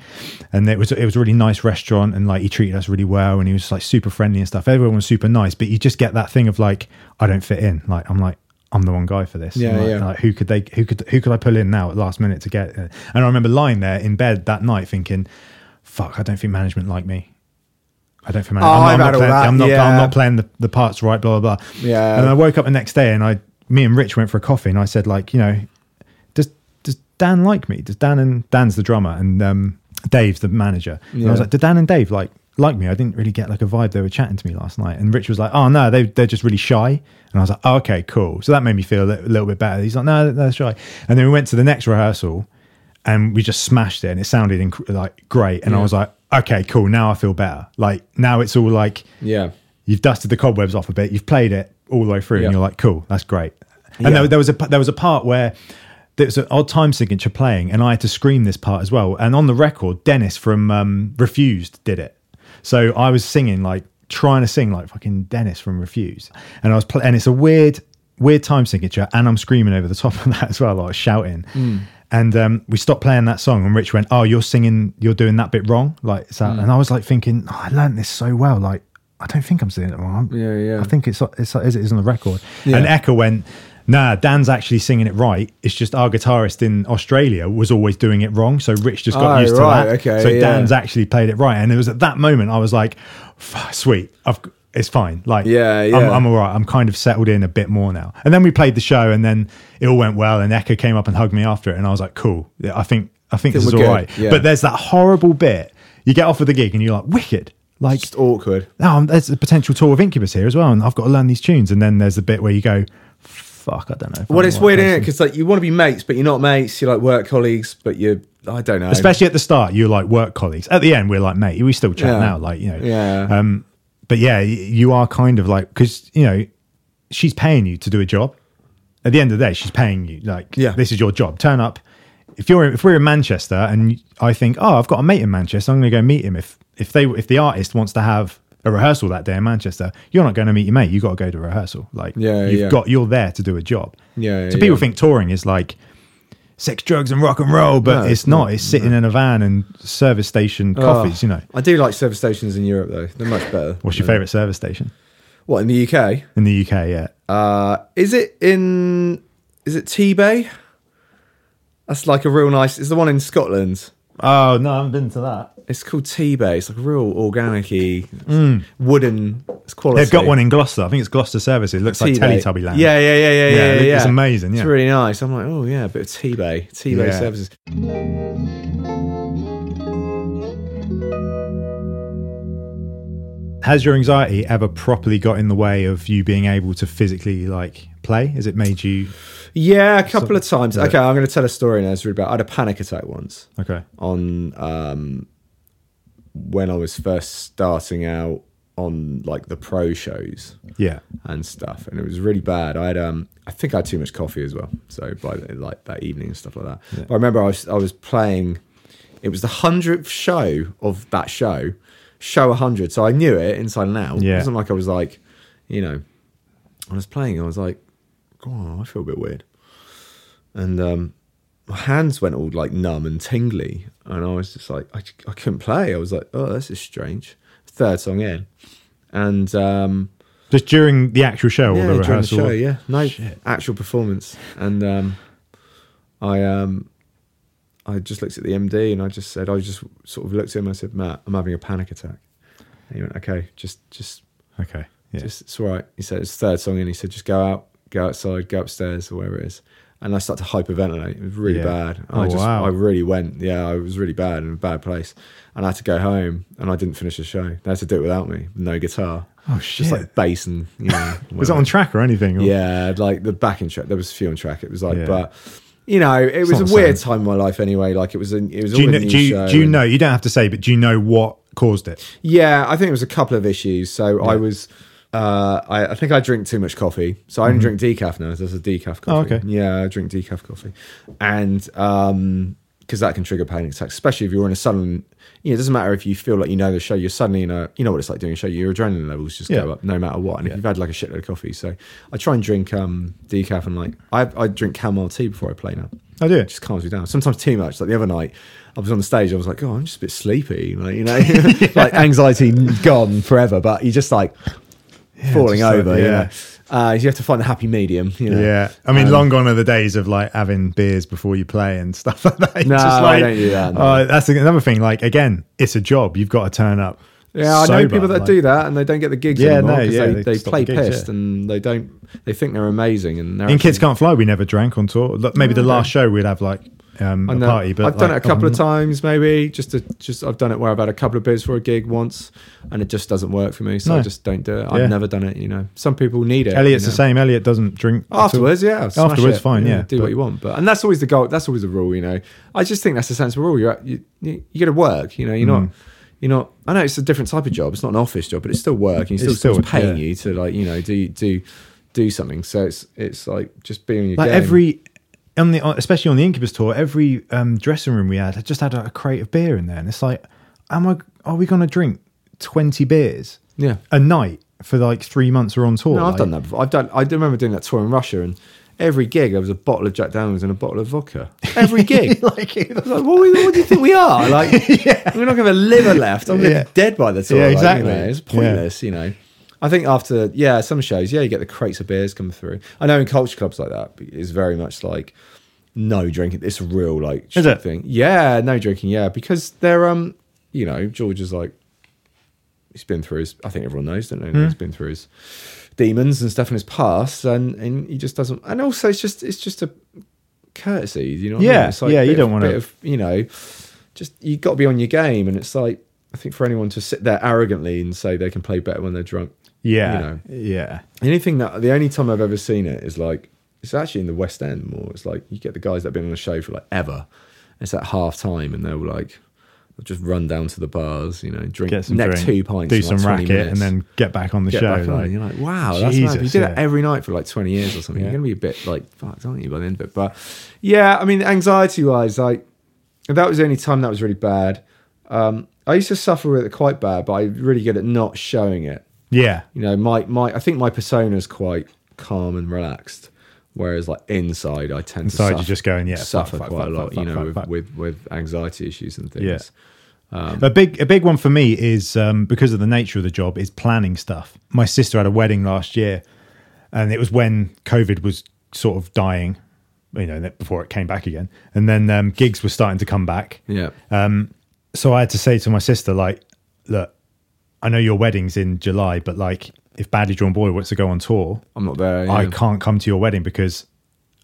Speaker 2: And it was it was a really nice restaurant, and like he treated us really well, and he was like super friendly and stuff. Everyone was super nice, but you just get that thing of like I don't fit in. Like I'm like. I'm the one guy for this.
Speaker 3: Yeah,
Speaker 2: And, like,
Speaker 3: yeah.
Speaker 2: like, who could they? Who could? Who could I pull in now at last minute to get? uh, And I remember lying there in bed that night, thinking, fuck, I don't think management like me. I don't think man-
Speaker 3: Oh,
Speaker 2: I'm,
Speaker 3: I've
Speaker 2: I'm,
Speaker 3: had
Speaker 2: not
Speaker 3: all
Speaker 2: playing,
Speaker 3: that,
Speaker 2: I'm, not,
Speaker 3: yeah.
Speaker 2: I'm not playing the, the parts right, blah, blah, blah.
Speaker 3: Yeah.
Speaker 2: And I woke up the next day and I, me and Rich went for a coffee and I said, like, you know, does, does Dan like me? Does Dan and Dan's the drummer and um, Dave's the manager. And I was
Speaker 3: Yeah.
Speaker 2: like, did Dan and Dave like, like me, I didn't really get like a vibe. They were chatting to me last night, and Rich was like, "Oh no, they they're just really shy." And I was like, oh, "Okay, cool." So that made me feel a li- little bit better. He's like, "No, they're shy." And then we went to the next rehearsal, and we just smashed it and it sounded inc- like great and i was like okay cool now i feel better like now it's all like
Speaker 3: Yeah.
Speaker 2: you've dusted the cobwebs off a bit you've played it all the way through
Speaker 3: Yeah.
Speaker 2: and you're like cool that's great and
Speaker 3: Yeah.
Speaker 2: there, there was a there was a part where there was an odd time signature playing and i had to scream this part as well and on the record dennis from um, refused did it so i was singing like trying to sing like fucking dennis from refused and i was playing and it's a weird weird time signature and i'm screaming over the top of <laughs> that as well like shouting
Speaker 3: Mm.
Speaker 2: and um, we stopped playing that song and rich went oh you're singing you're doing that bit wrong like so,
Speaker 3: Mm.
Speaker 2: and i was like thinking oh, i learned this so well like i don't think i'm singing it wrong
Speaker 3: Yeah, yeah.
Speaker 2: i think it's it's as it is on the record
Speaker 3: Yeah.
Speaker 2: and echo went nah dan's actually singing it right it's just our guitarist in australia was always doing it wrong so rich just got
Speaker 3: Oh,
Speaker 2: used to
Speaker 3: right,
Speaker 2: that
Speaker 3: okay,
Speaker 2: so
Speaker 3: yeah.
Speaker 2: dan's actually played it right and it was at that moment i was like "F- sweet i've it's fine like
Speaker 3: Yeah,
Speaker 2: I'm-
Speaker 3: yeah.
Speaker 2: I'm all right. I'm kind of settled in a bit more now. And then we played the show, and then it all went well. And Echo came up and hugged me after it, and I was like, "Cool, yeah, I think I think, this is
Speaker 3: we're
Speaker 2: all
Speaker 3: good,
Speaker 2: right."
Speaker 3: yeah.
Speaker 2: But there's that horrible bit. You get off of the gig, and you're like, "Wicked!" Like,
Speaker 3: Just awkward.
Speaker 2: now I'm there's a potential tour of Incubus here as well, and I've got to learn these tunes. And then there's the bit where you go, "Fuck, I don't know." if I'm
Speaker 3: Well,
Speaker 2: the
Speaker 3: it's
Speaker 2: right
Speaker 3: weird,
Speaker 2: person."
Speaker 3: isn't it? Because like you want to be mates, but you're not mates. You're like work colleagues, but you're I don't know.
Speaker 2: Especially at the start, you're like work colleagues. At the end, we're like, mate, we still chat
Speaker 3: Yeah.
Speaker 2: now, like you know.
Speaker 3: Yeah.
Speaker 2: Um, but yeah, y- you are kind of like because you know she's paying you to do a job. At the end of the day, she's paying you. Like,
Speaker 3: Yeah.
Speaker 2: this is your job. Turn up. If you're if we're in Manchester and I think, oh, I've got a mate in Manchester, I'm going to go meet him. If if they if the artist wants to have a rehearsal that day in Manchester, you're not going to meet your mate. You got to go to rehearsal. Like,
Speaker 3: Yeah,
Speaker 2: you've
Speaker 3: yeah.
Speaker 2: got you're there to do a job.
Speaker 3: Yeah,
Speaker 2: So
Speaker 3: yeah,
Speaker 2: people
Speaker 3: yeah.
Speaker 2: think touring is like sex, drugs, and rock and roll, but
Speaker 3: No,
Speaker 2: it's not. It's sitting in a van and service station coffees. You know,
Speaker 3: I do like service stations in Europe though. They're much better.
Speaker 2: what's your favourite service station
Speaker 3: What in the UK?
Speaker 2: in the UK? Yeah,
Speaker 3: Uh, is it in? Is it T Bay? That's like a real nice. It's the one in Scotland.
Speaker 2: oh no, I haven't been to that.
Speaker 3: It's called T Bay. It's like a real organic-y, wooden. It's
Speaker 2: Mm.
Speaker 3: quality.
Speaker 2: They've got one in Gloucester. I think it's Gloucester Service. It looks like
Speaker 3: T-Bay.
Speaker 2: Teletubby Land.
Speaker 3: Yeah, yeah, yeah, yeah, yeah.
Speaker 2: Yeah,
Speaker 3: yeah,
Speaker 2: it's
Speaker 3: yeah.
Speaker 2: amazing,
Speaker 3: It's
Speaker 2: yeah.
Speaker 3: really nice. I'm like, oh yeah, a bit of T Bay, T Bay
Speaker 2: Yeah.
Speaker 3: services.
Speaker 2: Has your anxiety ever properly got in the way of you being able to physically like play? Has it made you
Speaker 3: Yeah, a couple of times. Okay, I'm going to tell a story now. It's really bad. I had a panic attack once.
Speaker 2: okay?
Speaker 3: on um, when I was first starting out on like the pro shows
Speaker 2: Yeah,
Speaker 3: and stuff, and it was really bad. I had um, I think I had too much coffee as well, so by the- like that evening and stuff like that. But I remember I was I was playing. It was the hundredth show of that show, show hundred. So I knew it inside and out.
Speaker 2: Yeah.
Speaker 3: It wasn't like I was like, you know, I was playing. and I was like, oh, I feel a bit weird and um, my hands went all like numb and tingly, and I was just like, I, I couldn't play. I was like, oh, this is strange. Third song in, and um,
Speaker 2: just during the actual show or
Speaker 3: yeah,
Speaker 2: the
Speaker 3: during the
Speaker 2: rehearsal.
Speaker 3: show, yeah, no actual performance, and um, I um, I just looked at the MD and I just said, I just sort of looked at him and I said, Matt, I'm having a panic attack. And he went, okay, just just
Speaker 2: Okay. Yeah.
Speaker 3: just, it's all right. He said, it's the third song in. He said, just go out, go outside, go upstairs or wherever it is. and I started to hyperventilate. It was really
Speaker 2: Yeah.
Speaker 3: bad.
Speaker 2: Oh,
Speaker 3: I just,
Speaker 2: wow.
Speaker 3: I really went. Yeah, I was really bad in a bad place, and I had to go home. And I didn't finish the show. They had to do it without me. No guitar.
Speaker 2: Oh,
Speaker 3: Just
Speaker 2: shit.
Speaker 3: like bass and you know.
Speaker 2: Was <laughs> it
Speaker 3: whatever.
Speaker 2: on track or anything? Or-
Speaker 3: Yeah, like the backing track. There was a few on track. It was like,
Speaker 2: Yeah.
Speaker 3: but you know, it
Speaker 2: not
Speaker 3: was a
Speaker 2: the
Speaker 3: weird time in my life anyway. Like it was, an, it was
Speaker 2: Do
Speaker 3: all
Speaker 2: you,
Speaker 3: a
Speaker 2: know,
Speaker 3: new
Speaker 2: do, you,
Speaker 3: show
Speaker 2: do you
Speaker 3: and-
Speaker 2: know? You don't have to say, but do you know what caused it?
Speaker 3: Yeah, I think it was a couple of issues. So I was, uh, I, I think I drink too much coffee. So I only drink decaf now. There's a decaf coffee.
Speaker 2: Mm-hmm. Oh, okay.
Speaker 3: Yeah, I drink decaf coffee, and um, because that can trigger panic attacks, especially if you're in a sudden. You know, it doesn't matter if you feel like you know the show. You're suddenly in a. You know what it's like doing a show. Your adrenaline levels just
Speaker 2: Yeah.
Speaker 3: go up no matter what. And if you've had like a shitload of coffee, so I try and drink um decaf and like I I drink chamomile tea before I play now.
Speaker 2: I do.
Speaker 3: It just calms me down. Sometimes too much. Like the other night, I was on the stage. I was like, "Oh, I'm just a bit sleepy." Like you know, <laughs> like anxiety gone forever. But you're just like falling
Speaker 2: just like-
Speaker 3: over.
Speaker 2: yeah.
Speaker 3: yeah, uh, you have to find the happy medium. You know.
Speaker 2: Yeah, I
Speaker 3: Um,
Speaker 2: mean, long gone are the days of like having beers before you play and <laughs> stuff like that. It's
Speaker 3: No,
Speaker 2: just
Speaker 3: I
Speaker 2: like,
Speaker 3: don't do that, no.
Speaker 2: oh, that's another thing. Like again, it's a job. You've got to turn up.
Speaker 3: Yeah, I know
Speaker 2: sober,
Speaker 3: people that
Speaker 2: like-
Speaker 3: do that and they don't get the gigs
Speaker 2: Yeah,
Speaker 3: anymore
Speaker 2: no,
Speaker 3: 'cause
Speaker 2: yeah,
Speaker 3: they,
Speaker 2: they
Speaker 3: they
Speaker 2: stop
Speaker 3: play
Speaker 2: the gigs,
Speaker 3: pissed
Speaker 2: yeah.
Speaker 3: and they don't. They think they're amazing and they're
Speaker 2: In Kids
Speaker 3: actually-
Speaker 2: Can't Fly, we never drank on tour. Look, Maybe the last show we'd have like um,
Speaker 3: I
Speaker 2: a
Speaker 3: know.
Speaker 2: party, but
Speaker 3: I've done it
Speaker 2: like, um,
Speaker 3: a couple
Speaker 2: on-
Speaker 3: of times, maybe just to just I've done it where I've had a couple of beers for a gig once, and it just doesn't work for me, so
Speaker 2: No.
Speaker 3: I just don't do it.
Speaker 2: Yeah.
Speaker 3: I've never done it, you know. Some people need it.
Speaker 2: Elliot's
Speaker 3: you
Speaker 2: the
Speaker 3: know.
Speaker 2: same. Elliot doesn't drink at all.
Speaker 3: Afterwards, yeah. smash
Speaker 2: Afterwards,
Speaker 3: it.
Speaker 2: fine, yeah,
Speaker 3: Do
Speaker 2: but-
Speaker 3: what you want, but and that's always the goal. That's always the rule, you know. I just think that's a sensible rule. You're at, you you, you got to work, you know. You're
Speaker 2: Mm.
Speaker 3: not you're not. I know it's a different type of job. It's not an office job, but it's still work. And
Speaker 2: It's
Speaker 3: you're still,
Speaker 2: still-
Speaker 3: someone's paying
Speaker 2: yeah.
Speaker 3: you to like you know do do do something. So it's it's like just being your
Speaker 2: like
Speaker 3: game.
Speaker 2: every on the especially on the incubus tour every um dressing room we had had just had a crate of beer in there and it's like am i are we gonna drink 20 beers
Speaker 3: Yeah.
Speaker 2: a night for like three months or on tour
Speaker 3: No, I've
Speaker 2: Like,
Speaker 3: done
Speaker 2: <laughs>
Speaker 3: that before. I've done. I do remember doing that tour in Russia, and every gig there was a bottle of Jack Daniels and a bottle of vodka. Every gig.
Speaker 2: like you know,
Speaker 3: I was like, what, we- what do you think
Speaker 2: <laughs>
Speaker 3: we are? Like, we're not going to have a liver left. I'm going to
Speaker 2: Yeah.
Speaker 3: be dead by the time.
Speaker 2: Yeah,
Speaker 3: like, you
Speaker 2: exactly.
Speaker 3: know, it's
Speaker 2: Yeah.
Speaker 3: pointless, you know. I think after, yeah, some shows, yeah, you get the crates of beers come through. I know in culture clubs like that, it's very much like no drinking. It's a real, like,
Speaker 2: Is it?
Speaker 3: thing. Yeah, no drinking, yeah, because they're, um, you know, George is like, he's been through his, I think everyone knows, don't they?
Speaker 2: Hmm.
Speaker 3: He's been through his demons and stuff in his past, and, and he just doesn't, and also it's just, it's just a, courtesy. You know, what I
Speaker 2: Yeah,
Speaker 3: mean? It's like
Speaker 2: yeah,
Speaker 3: a
Speaker 2: you
Speaker 3: bit
Speaker 2: don't
Speaker 3: of-
Speaker 2: wanna-
Speaker 3: bit of you know, just you got to be on your game, and it's like I think for anyone to sit there arrogantly and say they can play better when they're drunk.
Speaker 2: yeah
Speaker 3: you know.
Speaker 2: yeah
Speaker 3: Anything that the only time I've ever seen it is like it's actually in the West End more. It's like you get the guys that've been on the show for like ever. It's at half time, and they'll like they'll just run down to the bars, you know, drink
Speaker 2: get some
Speaker 3: next
Speaker 2: drink,
Speaker 3: two pints,
Speaker 2: do
Speaker 3: in, like,
Speaker 2: some
Speaker 3: 20
Speaker 2: racket
Speaker 3: minutes,
Speaker 2: and then get back on the
Speaker 3: Get
Speaker 2: show
Speaker 3: back on.
Speaker 2: like,
Speaker 3: and you're like, wow, that's mad. If
Speaker 2: Jesus,
Speaker 3: You do that
Speaker 2: yeah.
Speaker 3: every night for like 20 years or something.
Speaker 2: Yeah.
Speaker 3: You're going to be a bit like fucked, aren't you, by the end of it? But yeah, I mean, anxiety wise, like that was the only time that was really bad. Um, I used to suffer with it quite bad, but I'm really good at not showing it.
Speaker 2: yeah
Speaker 3: You know, my, my I think my persona is quite calm and relaxed, whereas like inside, I tend
Speaker 2: Inside
Speaker 3: to
Speaker 2: you're
Speaker 3: suffer,
Speaker 2: just going, yeah, fuck,
Speaker 3: suffer
Speaker 2: fuck,
Speaker 3: quite
Speaker 2: fuck,
Speaker 3: a lot.
Speaker 2: fuck,
Speaker 3: you
Speaker 2: fuck,
Speaker 3: know,
Speaker 2: fuck,
Speaker 3: with,
Speaker 2: fuck.
Speaker 3: with with anxiety issues and things.
Speaker 2: Yeah.
Speaker 3: um,
Speaker 2: a big a big one for me is um, because of the nature of the job is planning stuff. My sister had a wedding last year, and it was when COVID was sort of dying, you know, that- before it came back again, and then um, gigs were starting to come back.
Speaker 3: Yeah,
Speaker 2: Uh, So I had to say to my sister, like, look, I know your wedding's in July, but like, if Badly Drawn Boy wants to go on tour,
Speaker 3: I'm not there.
Speaker 2: I
Speaker 3: yeah.
Speaker 2: can't come to your wedding because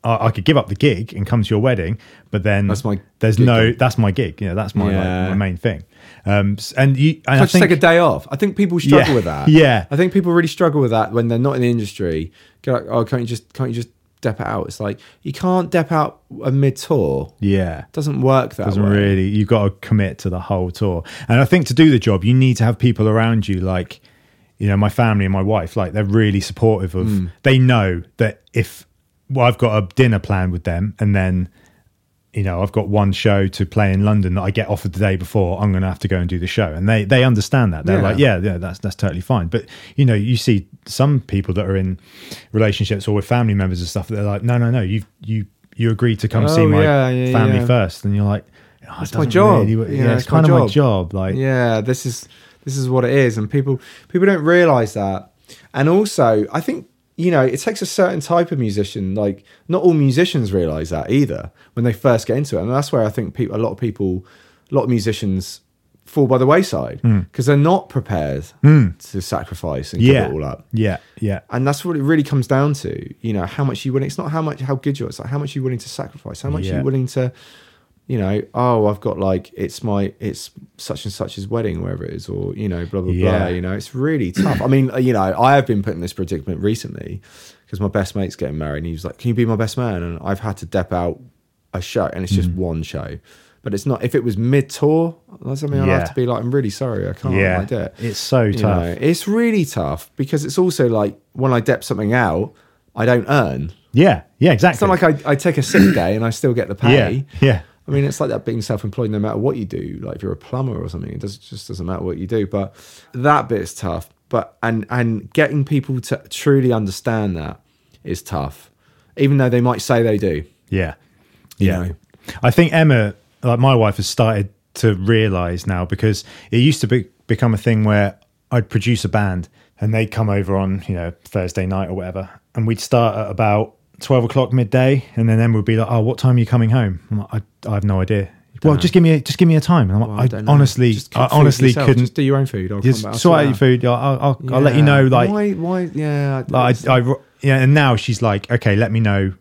Speaker 2: I, I could give up the gig and come to your wedding, but then
Speaker 3: That's my
Speaker 2: there's
Speaker 3: gig
Speaker 2: no
Speaker 3: then.
Speaker 2: that's my gig. You know, that's my
Speaker 3: Yeah.
Speaker 2: like, my main thing. Um, s- and you and
Speaker 3: Can
Speaker 2: I
Speaker 3: I just
Speaker 2: think
Speaker 3: take a day off. I think people struggle
Speaker 2: Yeah,
Speaker 3: with that.
Speaker 2: yeah.
Speaker 3: I think people really struggle with that when they're not in the industry. Go Like, oh, can't you just can't you just dep it out? It's like you can't dep out a mid tour.
Speaker 2: yeah.
Speaker 3: Doesn't work that
Speaker 2: Doesn't
Speaker 3: way.
Speaker 2: really. You've got to commit to the whole tour, and I think to do the job, you need to have people around you, like you know, my family and my wife. Like they're really supportive of.
Speaker 3: Hmm.
Speaker 2: They know that if well, I've got a dinner plan with them, and then you know, I've got one show to play in London that I get offered the day before. I'm going to have to go and do the show, and they they understand that. They're
Speaker 3: Yeah.
Speaker 2: like, yeah, yeah, that's that's totally fine. But you know, you see some people that are in relationships or with family members and stuff. They're like, no, no, no, you you you agreed to come see
Speaker 3: Oh,
Speaker 2: my
Speaker 3: yeah, yeah,
Speaker 2: family
Speaker 3: yeah.
Speaker 2: first, and you're like, oh, it
Speaker 3: That's my
Speaker 2: doesn't
Speaker 3: job.
Speaker 2: really work.
Speaker 3: Yeah,
Speaker 2: yeah, it's,
Speaker 3: it's my
Speaker 2: kind of my
Speaker 3: job.
Speaker 2: job. Like,
Speaker 3: yeah this is this is what it is and people people don't realize that and also i think you know it takes a certain type of musician like not all musicians realize that either when they first get into it and that's where i think people a lot of people a lot of musicians fall by the wayside
Speaker 2: Hmm.
Speaker 3: because they're not prepared to sacrifice and give
Speaker 2: yeah,
Speaker 3: it all up.
Speaker 2: yeah, yeah,
Speaker 3: And that's what it really comes down to. You know, how much you willing. It's not how much how good you are. It's like how much you're willing to sacrifice. How much
Speaker 2: Yeah.
Speaker 3: you're willing to, you know. Oh, I've got like it's my it's such and such's wedding, wherever it is, or you know, blah blah
Speaker 2: Yeah.
Speaker 3: blah. You know, it's really tough. I mean, you know, I have been put in this predicament recently because my best mate's getting married, and he was like, "Can you be my best man?" And I've had to dep out a show, and it's just
Speaker 2: Mm.
Speaker 3: one show. But it's not. If it was mid tour, that's something I'd
Speaker 2: Yeah.
Speaker 3: have to be like, "I'm really sorry, Oh, I can't
Speaker 2: yeah.
Speaker 3: I do it."
Speaker 2: It's so
Speaker 3: You
Speaker 2: tough.
Speaker 3: know, it's really tough because it's also like when I dep something out, I don't earn.
Speaker 2: Yeah, yeah, exactly.
Speaker 3: It's not like I, I take a sick day and I still get the pay.
Speaker 2: Yeah, yeah.
Speaker 3: I mean, it's like that being self-employed. No matter what you do, like if you're a plumber or something, it does, just doesn't matter what you do. But that bit's tough. But and and getting people to truly understand that is tough, even though they might say they do.
Speaker 2: Yeah. Yeah.
Speaker 3: know?
Speaker 2: I think Emma, like my wife, has started to realize now because it used to be, become a thing where I'd produce a band and they'd come over on, you know, Thursday night or whatever. And we'd start at about 12 o'clock midday. And then, then we'd be like, oh, what time are you coming home? I'm like, I, I have no idea. Well, just give me a, just give me a time. And I'm like, I,
Speaker 3: don't know.
Speaker 2: honestly,
Speaker 3: Just cook
Speaker 2: I
Speaker 3: food
Speaker 2: honestly
Speaker 3: yourself.
Speaker 2: couldn't.
Speaker 3: Just do your own food. I'll
Speaker 2: Just
Speaker 3: come back. I'll
Speaker 2: sort out
Speaker 3: sort
Speaker 2: your
Speaker 3: it
Speaker 2: food. I'll, I'll, I'll, I'll let you know. Like,
Speaker 3: why? Why? Yeah.
Speaker 2: like I, I- yeah, and now she's like, okay, let me know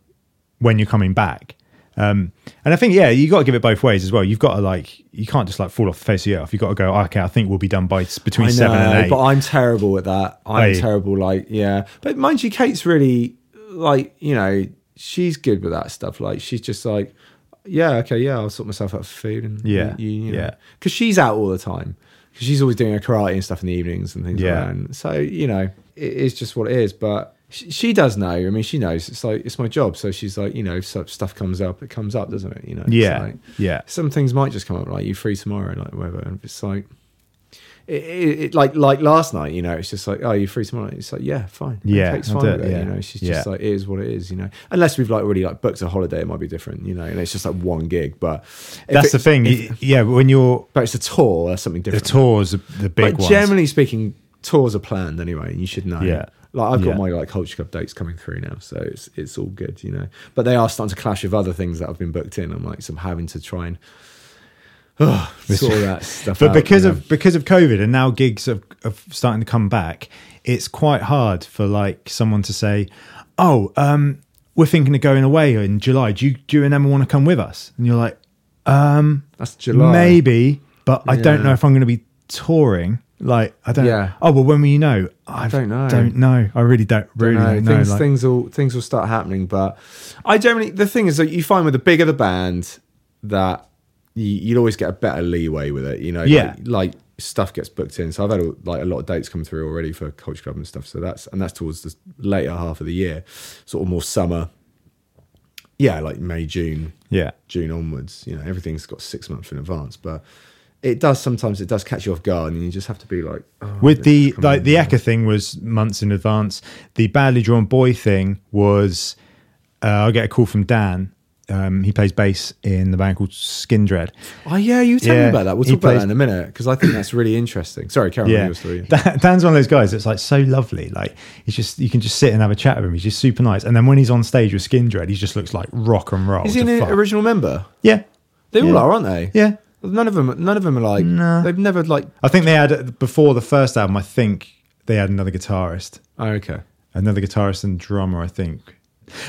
Speaker 2: when you're coming back. Um, and I think, yeah, you got to give it both ways as well. You've got to like, you can't just like fall off the face of the earth. You've got to go, "Oh, okay, I think we'll be done by s- between seven and eight.
Speaker 3: But I'm terrible at that. I'm
Speaker 2: Hey.
Speaker 3: terrible. Like, yeah. But mind you, Kate's really like, you know, she's good with that stuff. Like, she's just like, yeah, okay, yeah, I'll sort myself out for food and
Speaker 2: Yeah,
Speaker 3: you, you know.
Speaker 2: yeah.
Speaker 3: Because she's out all the time. Because she's always doing her karate and stuff in the evenings and things
Speaker 2: Yeah.
Speaker 3: like that. And so you know, it is just what it is. But she, she does know. I mean, she knows. It's like it's my job. So she's like, you know, if so- stuff comes up, it comes up, doesn't it? You know. It's
Speaker 2: Yeah,
Speaker 3: like-
Speaker 2: yeah.
Speaker 3: Some things might just come up like you free tomorrow, like whatever. And it's like it, it, it like like last night, you know, it's just like, oh, you're free tomorrow. It's like, yeah, fine.
Speaker 2: Yeah,
Speaker 3: it's
Speaker 2: I'll
Speaker 3: fine.
Speaker 2: do
Speaker 3: with
Speaker 2: it,
Speaker 3: it,
Speaker 2: yeah.
Speaker 3: You know, she's
Speaker 2: Yeah.
Speaker 3: just like, it is what it is. You know, unless we've like already like booked a holiday, it might be different. You know, and it's just like one gig, but if
Speaker 2: That's the
Speaker 3: it-
Speaker 2: thing. Y- yeah, when you're
Speaker 3: But it's a tour. That's something
Speaker 2: the
Speaker 3: different.
Speaker 2: tours, are the big
Speaker 3: But
Speaker 2: ones.
Speaker 3: generally speaking, tours are planned anyway. and You should know.
Speaker 2: Yeah.
Speaker 3: Like I've got
Speaker 2: Yeah.
Speaker 3: my like culture club dates coming through now, so it's it's all good, you know. But they are starting to clash with other things that have been booked in. I'm like, so I'm having to try and <sighs> oh, sort that stuff.
Speaker 2: but
Speaker 3: out,
Speaker 2: because
Speaker 3: you know.
Speaker 2: of because of COVID and now gigs are, are starting to come back, it's quite hard for like someone to say, "Oh, um, we're thinking of going away in July. Do you, do you and Emma want to come with us?" And you're like,
Speaker 3: that's July,
Speaker 2: Maybe, but I don't
Speaker 3: Yeah.
Speaker 2: know if I'm going to be touring. Like, I don't.
Speaker 3: Yeah.
Speaker 2: Oh well, when will you know? I
Speaker 3: don't know.
Speaker 2: Don't know. I really don't. Really
Speaker 3: No,
Speaker 2: don't know.
Speaker 3: things
Speaker 2: like,
Speaker 3: things will things will start happening. But I generally the thing is that you find with the bigger the band that you, you'd always get a better leeway with it. You know,
Speaker 2: Yeah.
Speaker 3: Like, like stuff gets booked in, so I've had a, like a lot of dates come through already for Culture Club and stuff. So that's and that's towards the later half of the year, sort of more summer. Yeah, like May June.
Speaker 2: yeah.
Speaker 3: June onwards. You know, everything's got six months in advance, but. It does sometimes. It does catch you off guard, and you just have to be like, oh,
Speaker 2: With the
Speaker 3: come
Speaker 2: like
Speaker 3: on.
Speaker 2: the Eka thing was months in advance. The badly drawn boy thing was. Uh, I'll get a call from Dan. Um, he plays bass in the band called Skin Dread.
Speaker 3: Oh yeah, you tell
Speaker 2: Yeah,
Speaker 3: me about that. We'll
Speaker 2: he
Speaker 3: talk about
Speaker 2: plays-
Speaker 3: that in a minute because I think that's really interesting. Sorry, carry on with
Speaker 2: Yeah,
Speaker 3: your story.
Speaker 2: <laughs> Dan- Dan's one of those guys that's like so lovely. Like he's just you can just sit and have a chat with him. He's just super nice. And then when he's on stage with Skin Dread, he just looks like rock and roll.
Speaker 3: Is he
Speaker 2: to
Speaker 3: an
Speaker 2: fuck.
Speaker 3: original member?
Speaker 2: yeah,
Speaker 3: They
Speaker 2: Yeah.
Speaker 3: all are, aren't they?
Speaker 2: yeah.
Speaker 3: None of them. None of them are like.
Speaker 2: No.
Speaker 3: They've never like.
Speaker 2: I think they had before the first album. I think they had another guitarist,
Speaker 3: Oh, okay.
Speaker 2: another guitarist and drummer. I think.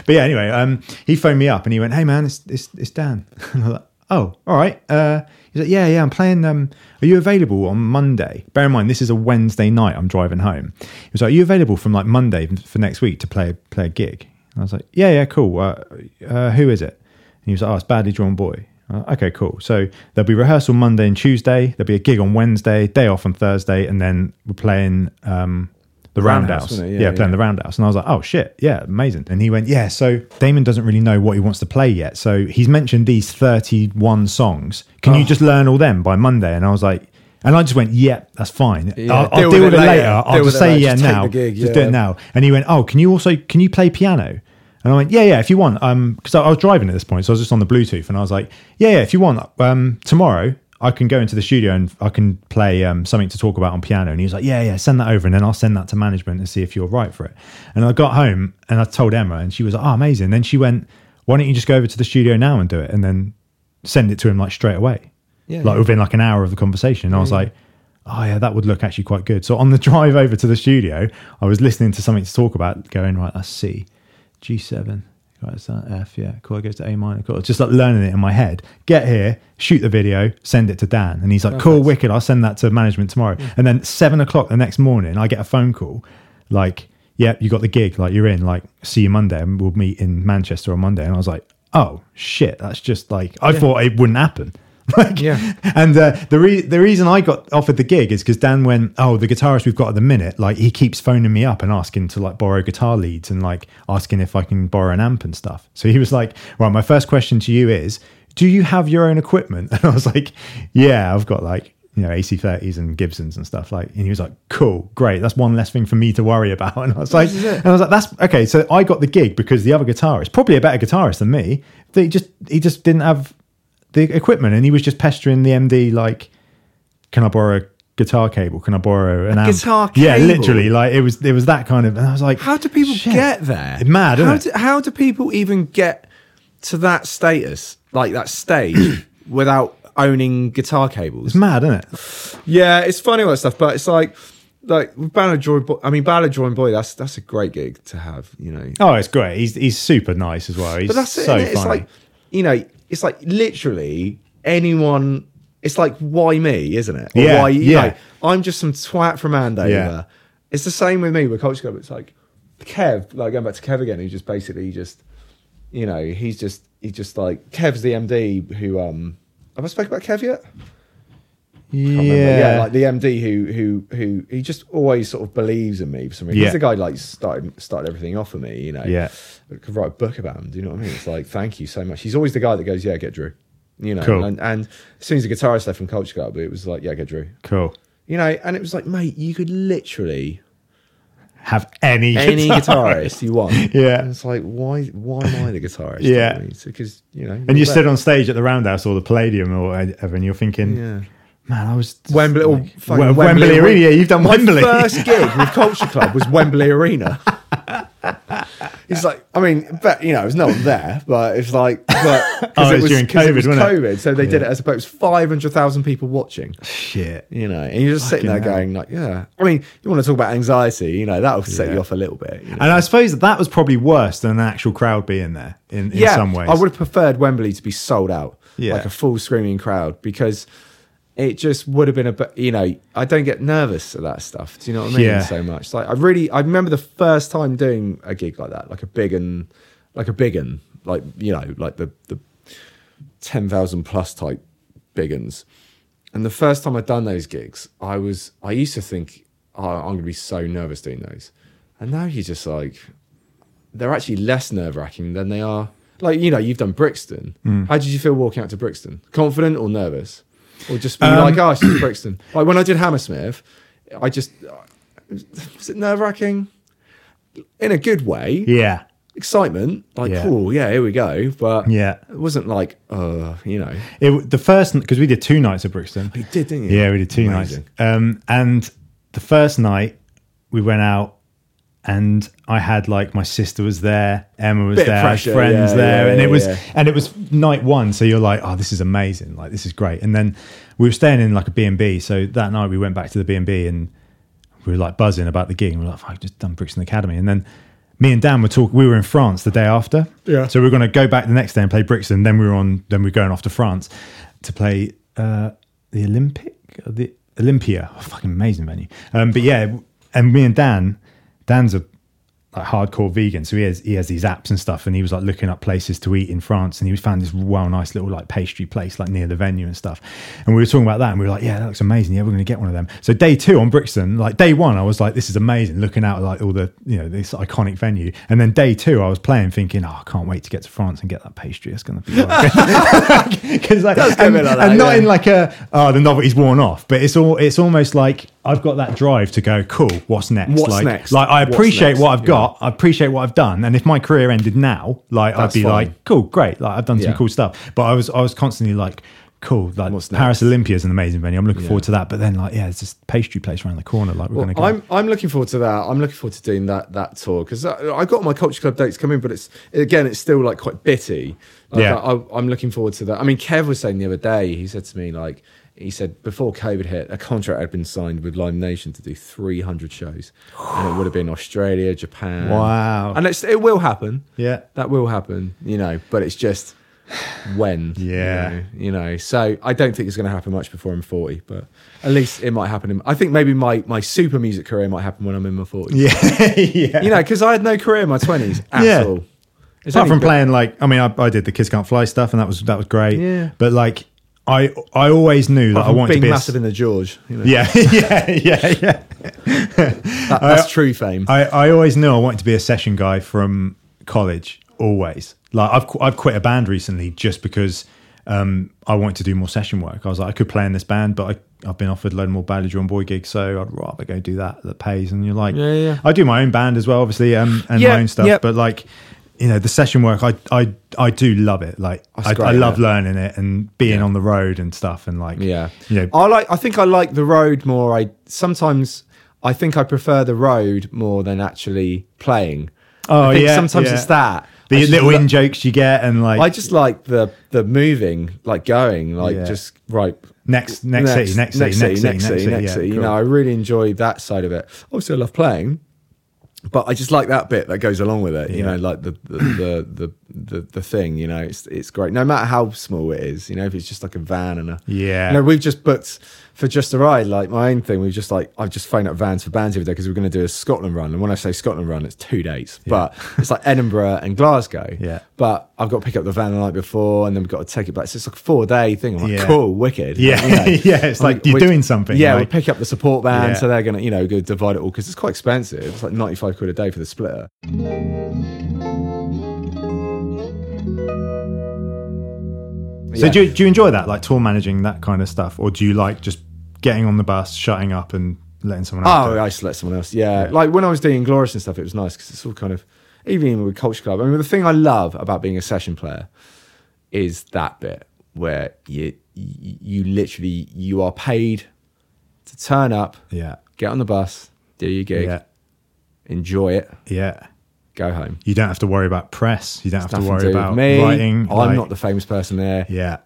Speaker 2: But yeah, anyway, um, he phoned me up and he went, "Hey man, it's it's, it's Dan." <laughs> And I was like, "Oh, all right." Uh, he's like, "Yeah, yeah, I'm playing. Um, are you available on Monday?" Bear in mind, this is a Wednesday night. I'm driving home. He was like, "Are you available from like Monday for next week to play play a gig?" And I was like, "Yeah, yeah, cool. Uh, uh, who is it?" And he was like, "Oh, it's Badly Drawn Boy." Uh, okay, cool. So there'll be rehearsal Monday and Tuesday. There'll be a gig on Wednesday, day off on Thursday, and then we're playing um, the
Speaker 3: Roundhouse,
Speaker 2: Roundhouse.
Speaker 3: wasn't it?
Speaker 2: yeah,
Speaker 3: Yeah,
Speaker 2: playing the the
Speaker 3: yeah.
Speaker 2: roundhouse. And I was like, oh shit, yeah, amazing. And he went, yeah, so Damon doesn't really know what he wants to play yet. So he's mentioned these 31 songs. Can
Speaker 3: Oh.
Speaker 2: you just learn all them by Monday? And I was like, and I just went, yeah, that's fine. I'll, I'll deal, with it later. I'll just
Speaker 3: Deal with it
Speaker 2: say
Speaker 3: later.
Speaker 2: yeah
Speaker 3: Just take
Speaker 2: now.
Speaker 3: the gig,
Speaker 2: Just do
Speaker 3: yeah.
Speaker 2: it now. And he went, oh, can you also, can you play piano? And I went, yeah, yeah, if you want. Um, because I, I was driving at this point, so I was just on the Bluetooth, and I was like, yeah, yeah, if you want, um, tomorrow I can go into the studio and I can play um, something to talk about on piano. And he was like, yeah, yeah, send that over, and then I'll send that to management and see if you're right for it. And I got home and I told Emma, and she was like, oh, amazing. Then she went, why don't you just go over to the studio now and do it, and then send it to him like straight away.
Speaker 3: Yeah,
Speaker 2: like
Speaker 3: yeah.
Speaker 2: within like an hour of the conversation. And I was like, oh yeah, that would look actually quite good. So on the <laughs> drive over to the studio, I was listening to something to talk about, going right, that's C, G seven. Right, is that F? Yeah, cool. It goes to A minor. Cool. Just like learning it in my head. Get here, shoot the video, send it to Dan, and he's like, "Cool, wicked. I'll send that to management tomorrow." And then seven o'clock the next morning, I get a phone call, like, "Yeah, you got the gig. Like, you're in. Like, see you Monday, and we'll meet in Manchester on Monday." And I was like, "Oh shit, that's just like I thought it wouldn't happen." Like,
Speaker 3: Yeah.
Speaker 2: <laughs> and uh, the re- the reason I got offered the gig is because Dan went, oh, the guitarist we've got at the minute, like he keeps phoning me up and asking to like borrow guitar leads and like asking if I can borrow an amp and stuff. So he was like, right, my first question to you is, do you have your own equipment? <laughs> And I was like, yeah, I've got like you know AC30s and Gibsons and stuff like. And he was like, cool, great, that's one less thing for me to worry about. <laughs> And I was like, and I was like, that's okay. So I got the gig because the other guitarist, probably a better guitarist than me, they just he just didn't have the equipment and he was just pestering the MD like, "Can I borrow a guitar cable? Can I borrow an amp?"
Speaker 3: guitar
Speaker 2: Yeah,
Speaker 3: cable?
Speaker 2: literally, like it was it was that kind of. And I was like,
Speaker 3: How do people
Speaker 2: shit.
Speaker 3: get there?
Speaker 2: It's mad, isn't
Speaker 3: how
Speaker 2: it?
Speaker 3: Do, how do people even get to that status, like that stage, <clears throat> without owning guitar cables?
Speaker 2: It's mad, isn't it?
Speaker 3: Yeah, it's funny all that stuff, but it's like, like with Ballad Joy Boy. I mean, Ballad Joy Boy. That's that's a great gig to have, you know.
Speaker 2: Oh, it's great. He's he's super nice as well. He's
Speaker 3: But that's it.
Speaker 2: so
Speaker 3: innit? It's
Speaker 2: funny.
Speaker 3: like, you know, it's like literally anyone. It's like why me, isn't it? Or
Speaker 2: Yeah,
Speaker 3: why, you
Speaker 2: yeah.
Speaker 3: know, I'm just some twat from Andover.
Speaker 2: Yeah.
Speaker 3: It's the same with me with Culture Club. It's like Kev, like going back to Kev again, who just basically just, you know, he's just he's just like Kev's the MD who um. Have I spoke about Kev yet?
Speaker 2: yeah.
Speaker 3: can't remember. yeah, like the MD who who who he just always sort of believes in me for some reason.
Speaker 2: Yeah.
Speaker 3: He's the guy like started started everything off for me, you know.
Speaker 2: Yeah.
Speaker 3: I could write a book about him. Do you know what I mean? It's like thank you so much. He's always the guy that goes, yeah, get Drew. You know,
Speaker 2: Cool.
Speaker 3: and, and as soon as the guitarist left from Culture Club, it was like, yeah, get Drew.
Speaker 2: cool.
Speaker 3: You know, and it was like, mate, you
Speaker 2: <laughs>
Speaker 3: could literally
Speaker 2: Have any
Speaker 3: any
Speaker 2: guitar.
Speaker 3: guitarist you want.
Speaker 2: Yeah.
Speaker 3: and it's like, why? Why am I the guitarist?
Speaker 2: Yeah.
Speaker 3: because you know,
Speaker 2: <laughs> And you
Speaker 3: that-
Speaker 2: stood on stage at the Roundhouse or the Palladium or whatever, and you're thinking,
Speaker 3: Yeah.
Speaker 2: "Man, I was
Speaker 3: Wembley or
Speaker 2: like,
Speaker 3: fucking
Speaker 2: Wem- Wembley, Arena. Yeah, you've done
Speaker 3: My
Speaker 2: Wembley.
Speaker 3: First gig with Culture Club was Wembley Arena. <laughs> It's like, I mean, but you know, it was no one there, but it's like, <laughs> but, 'cause
Speaker 2: Oh, it was during
Speaker 3: 'cause
Speaker 2: COVID, wasn't it?
Speaker 3: COVID, so they did it as opposed to 500,000 people watching,
Speaker 2: <laughs> Shit.
Speaker 3: you know, and you're just sitting there
Speaker 2: Fucking hell.
Speaker 3: going, like, yeah. I mean, you want to talk about anxiety, you know, that'll set you off a little bit. you know.
Speaker 2: And I suppose that, that was probably worse than an actual crowd being there in, in some ways.
Speaker 3: I would have preferred Wembley to be sold out,
Speaker 2: Yeah.
Speaker 3: like a full screaming crowd, because it just would have been a bit. You know, I don't get nervous at that stuff. Do you know what I mean?
Speaker 2: Yeah.
Speaker 3: So much. Like I really, I remember the first time doing a gig like that, like a big and like a big and like you know, like the the ten thousand plus type big uns. And the first time I'd done those gigs, I was I used to think oh, I'm going to be so nervous doing those, and now you're just like they're actually less nerve wracking than they are. Like you know, you've done Brixton.
Speaker 2: Mm.
Speaker 3: How did you feel walking out to Brixton? Confident or nervous, or just
Speaker 2: Um,
Speaker 3: being like, "Oh, it's just
Speaker 2: <clears throat>
Speaker 3: Brixton." Like when I did Hammersmith, I just was it nerve wracking in a good way.
Speaker 2: yeah.
Speaker 3: Excitement, like,
Speaker 2: Yeah.
Speaker 3: "Oh yeah, here we go," but
Speaker 2: Yeah.
Speaker 3: it wasn't like, "Uh," you know.
Speaker 2: It, the first because we did two nights at Brixton.
Speaker 3: You did, didn't you?
Speaker 2: Yeah, we did two
Speaker 3: Amazing.
Speaker 2: nights. Um, and the first night we went out, and I had like my sister was there, Emma was
Speaker 3: Bit of
Speaker 2: there, I had
Speaker 3: pressure,
Speaker 2: friends
Speaker 3: yeah,
Speaker 2: there,
Speaker 3: yeah,
Speaker 2: and it
Speaker 3: yeah,
Speaker 2: was
Speaker 3: yeah.
Speaker 2: and it was night one. So you're like, oh, this is amazing, like this is great. And then we were staying in like a B and B. So that night we went back to the B and B and we were like buzzing about the gig. And we were like, "Fuck, I've just done Brixton Academy, and then. Me and Dan were talking. We were in France the day after,
Speaker 3: Yeah.
Speaker 2: So we were going to go back the next day and play Brixton. Then we were on. Then we were going off to France to play uh, the Olympic, uh, the Olympia. Oh, fucking amazing venue. Um, but yeah, and me and Dan, Dan's a like hardcore vegan, so he has he has these apps and stuff, and he was like looking up places to eat in France, and he found this well nice little like pastry place like near the venue and stuff, and we were talking about that, and we were like, yeah, that looks amazing, yeah, we're gonna get one of them. So day two on Brixton, like day one, I was like, this is amazing, looking out at, like all the you know this iconic venue, and then day two, I was playing, thinking, oh, I can't wait to get to France and get that pastry. It's gonna
Speaker 3: <laughs>
Speaker 2: be <laughs> because like,
Speaker 3: a
Speaker 2: and,
Speaker 3: bit like that,
Speaker 2: and not
Speaker 3: yeah.
Speaker 2: in like a oh the novelty's worn off, but it's all it's almost like I've got that drive to go, cool, what's next?
Speaker 3: What's
Speaker 2: like,
Speaker 3: next?
Speaker 2: like I
Speaker 3: What's
Speaker 2: appreciate
Speaker 3: next?
Speaker 2: what I've
Speaker 3: Yeah.
Speaker 2: got. I appreciate what I've done. And if my career ended now, like
Speaker 3: That's
Speaker 2: I'd be
Speaker 3: fine.
Speaker 2: like, cool, great. Like I've done some
Speaker 3: Yeah.
Speaker 2: cool stuff. But I was I was constantly like, cool. Like
Speaker 3: What's
Speaker 2: Paris
Speaker 3: next?
Speaker 2: Olympia is an amazing venue. I'm looking
Speaker 3: Yeah.
Speaker 2: forward to that. But then, like, yeah, it's this pastry place around the corner. Like, we're
Speaker 3: Well,
Speaker 2: going to go.
Speaker 3: I'm-
Speaker 2: I'm,
Speaker 3: I'm looking forward to that. I'm looking forward to doing that that tour because I, I got my culture club dates coming, but it's again, it's still like quite bitty. Like,
Speaker 2: Yeah.
Speaker 3: I, I, am looking forward to that. I mean, Kev was saying the other day, he said to me like, he said before COVID hit, a contract had been signed with Live Nation to do 300 shows, and it would have been Australia, Japan.
Speaker 2: Wow.
Speaker 3: And it's, it will happen.
Speaker 2: Yeah.
Speaker 3: that will happen. You know, but it's just when. you
Speaker 2: Yeah.
Speaker 3: know, you know. So I don't think it's going to happen much before I'm 40, but at least it might happen. In, I think maybe my my super music career might happen when I'm in my 40s.
Speaker 2: <laughs> yeah, yeah.
Speaker 3: You know, because I had no career in my 20s
Speaker 2: <laughs>
Speaker 3: at
Speaker 2: Yeah.
Speaker 3: all. It's
Speaker 2: apart
Speaker 3: only
Speaker 2: from
Speaker 3: been-
Speaker 2: playing like i mean I, I did the kids can't fly stuff and that was that was great
Speaker 3: Yeah.
Speaker 2: but like i i always knew that i
Speaker 3: from
Speaker 2: wanted
Speaker 3: being
Speaker 2: to be a s-
Speaker 3: massive in the George. You
Speaker 2: <laughs>
Speaker 3: know,
Speaker 2: yeah yeah yeah yeah
Speaker 3: that, that's true fame.
Speaker 2: I, I always knew I wanted to be a session guy from college. Always, like I've qu- I've quit a band recently just because um, I wanted to do more session work. I was like, I could play in this band, but I, I've been offered a load more badly drawn boy gigs, so I'd rather go do that that pays. And you're like,
Speaker 3: Yeah, yeah, yeah.
Speaker 2: I do my own band as well, obviously, um, and
Speaker 3: Yeah,
Speaker 2: my own stuff.
Speaker 3: yeah.
Speaker 2: But like, you know, the session work, I I I do love it. Like, I,
Speaker 3: great,
Speaker 2: I love
Speaker 3: yeah.
Speaker 2: learning it and being on the road and stuff, and like,
Speaker 3: Yeah.
Speaker 2: you know,
Speaker 3: I like I think I like the road more. I sometimes I think I prefer the road more than actually playing.
Speaker 2: Oh,
Speaker 3: I think
Speaker 2: yeah,
Speaker 3: Sometimes
Speaker 2: yeah.
Speaker 3: it's that. I
Speaker 2: the
Speaker 3: just
Speaker 2: little
Speaker 3: lo-
Speaker 2: in jokes you get, and like,
Speaker 3: I just like the the moving, like going, like
Speaker 2: Yeah.
Speaker 3: just right.
Speaker 2: next next city, next city, next city, next city, yeah,
Speaker 3: You
Speaker 2: cool.
Speaker 3: know, I really enjoy that side of it. Obviously, I love playing, but I just like that bit that goes along with it. You
Speaker 2: Yeah.
Speaker 3: know, like the the, the the the the thing. You know, it's it's great. No matter how small it is, you know, if it's just like a van and a
Speaker 2: Yeah.
Speaker 3: You know, we've just booked for just a ride. Like my own thing, we've just like I've just phoned up vans for bands every day because we're going to do a Scotland run. And when I say Scotland run, it's two dates, but it's like Edinburgh and Glasgow.
Speaker 2: <laughs> Yeah.
Speaker 3: But I've got to pick up the van the night before, and then we've got to take it back. So it's like a four day thing. I'm like,
Speaker 2: Yeah.
Speaker 3: cool, wicked.
Speaker 2: Yeah.
Speaker 3: Like, you know.
Speaker 2: <laughs> Yeah, it's
Speaker 3: I'm
Speaker 2: like you're
Speaker 3: we-
Speaker 2: doing something,
Speaker 3: Yeah,
Speaker 2: like-
Speaker 3: we pick up the support band,
Speaker 2: Yeah.
Speaker 3: so they're gonna, you know, go divide it all because it's quite expensive. It's like ninety five quid a day for the splitter.
Speaker 2: So
Speaker 3: Yeah.
Speaker 2: do you, do you enjoy that, like tour managing that kind of stuff, or do you like just getting on the bus, shutting up, and letting someone else? do
Speaker 3: Oh,
Speaker 2: it?
Speaker 3: I just let someone else. Yeah. Like when I was doing Glorious and stuff, it was nice because it's all kind of, even with Culture Club. I mean, the thing I love about being a session player is that bit where you, you, you literally, you are paid to turn up,
Speaker 2: yeah,
Speaker 3: get on the bus, do your gig,
Speaker 2: yeah,
Speaker 3: enjoy it,
Speaker 2: yeah.
Speaker 3: go home.
Speaker 2: You don't have to worry about press. You don't have to
Speaker 3: Nothing
Speaker 2: worry
Speaker 3: do with
Speaker 2: about
Speaker 3: me.
Speaker 2: writing.
Speaker 3: I'm
Speaker 2: like-
Speaker 3: not the famous person there.
Speaker 2: Yeah,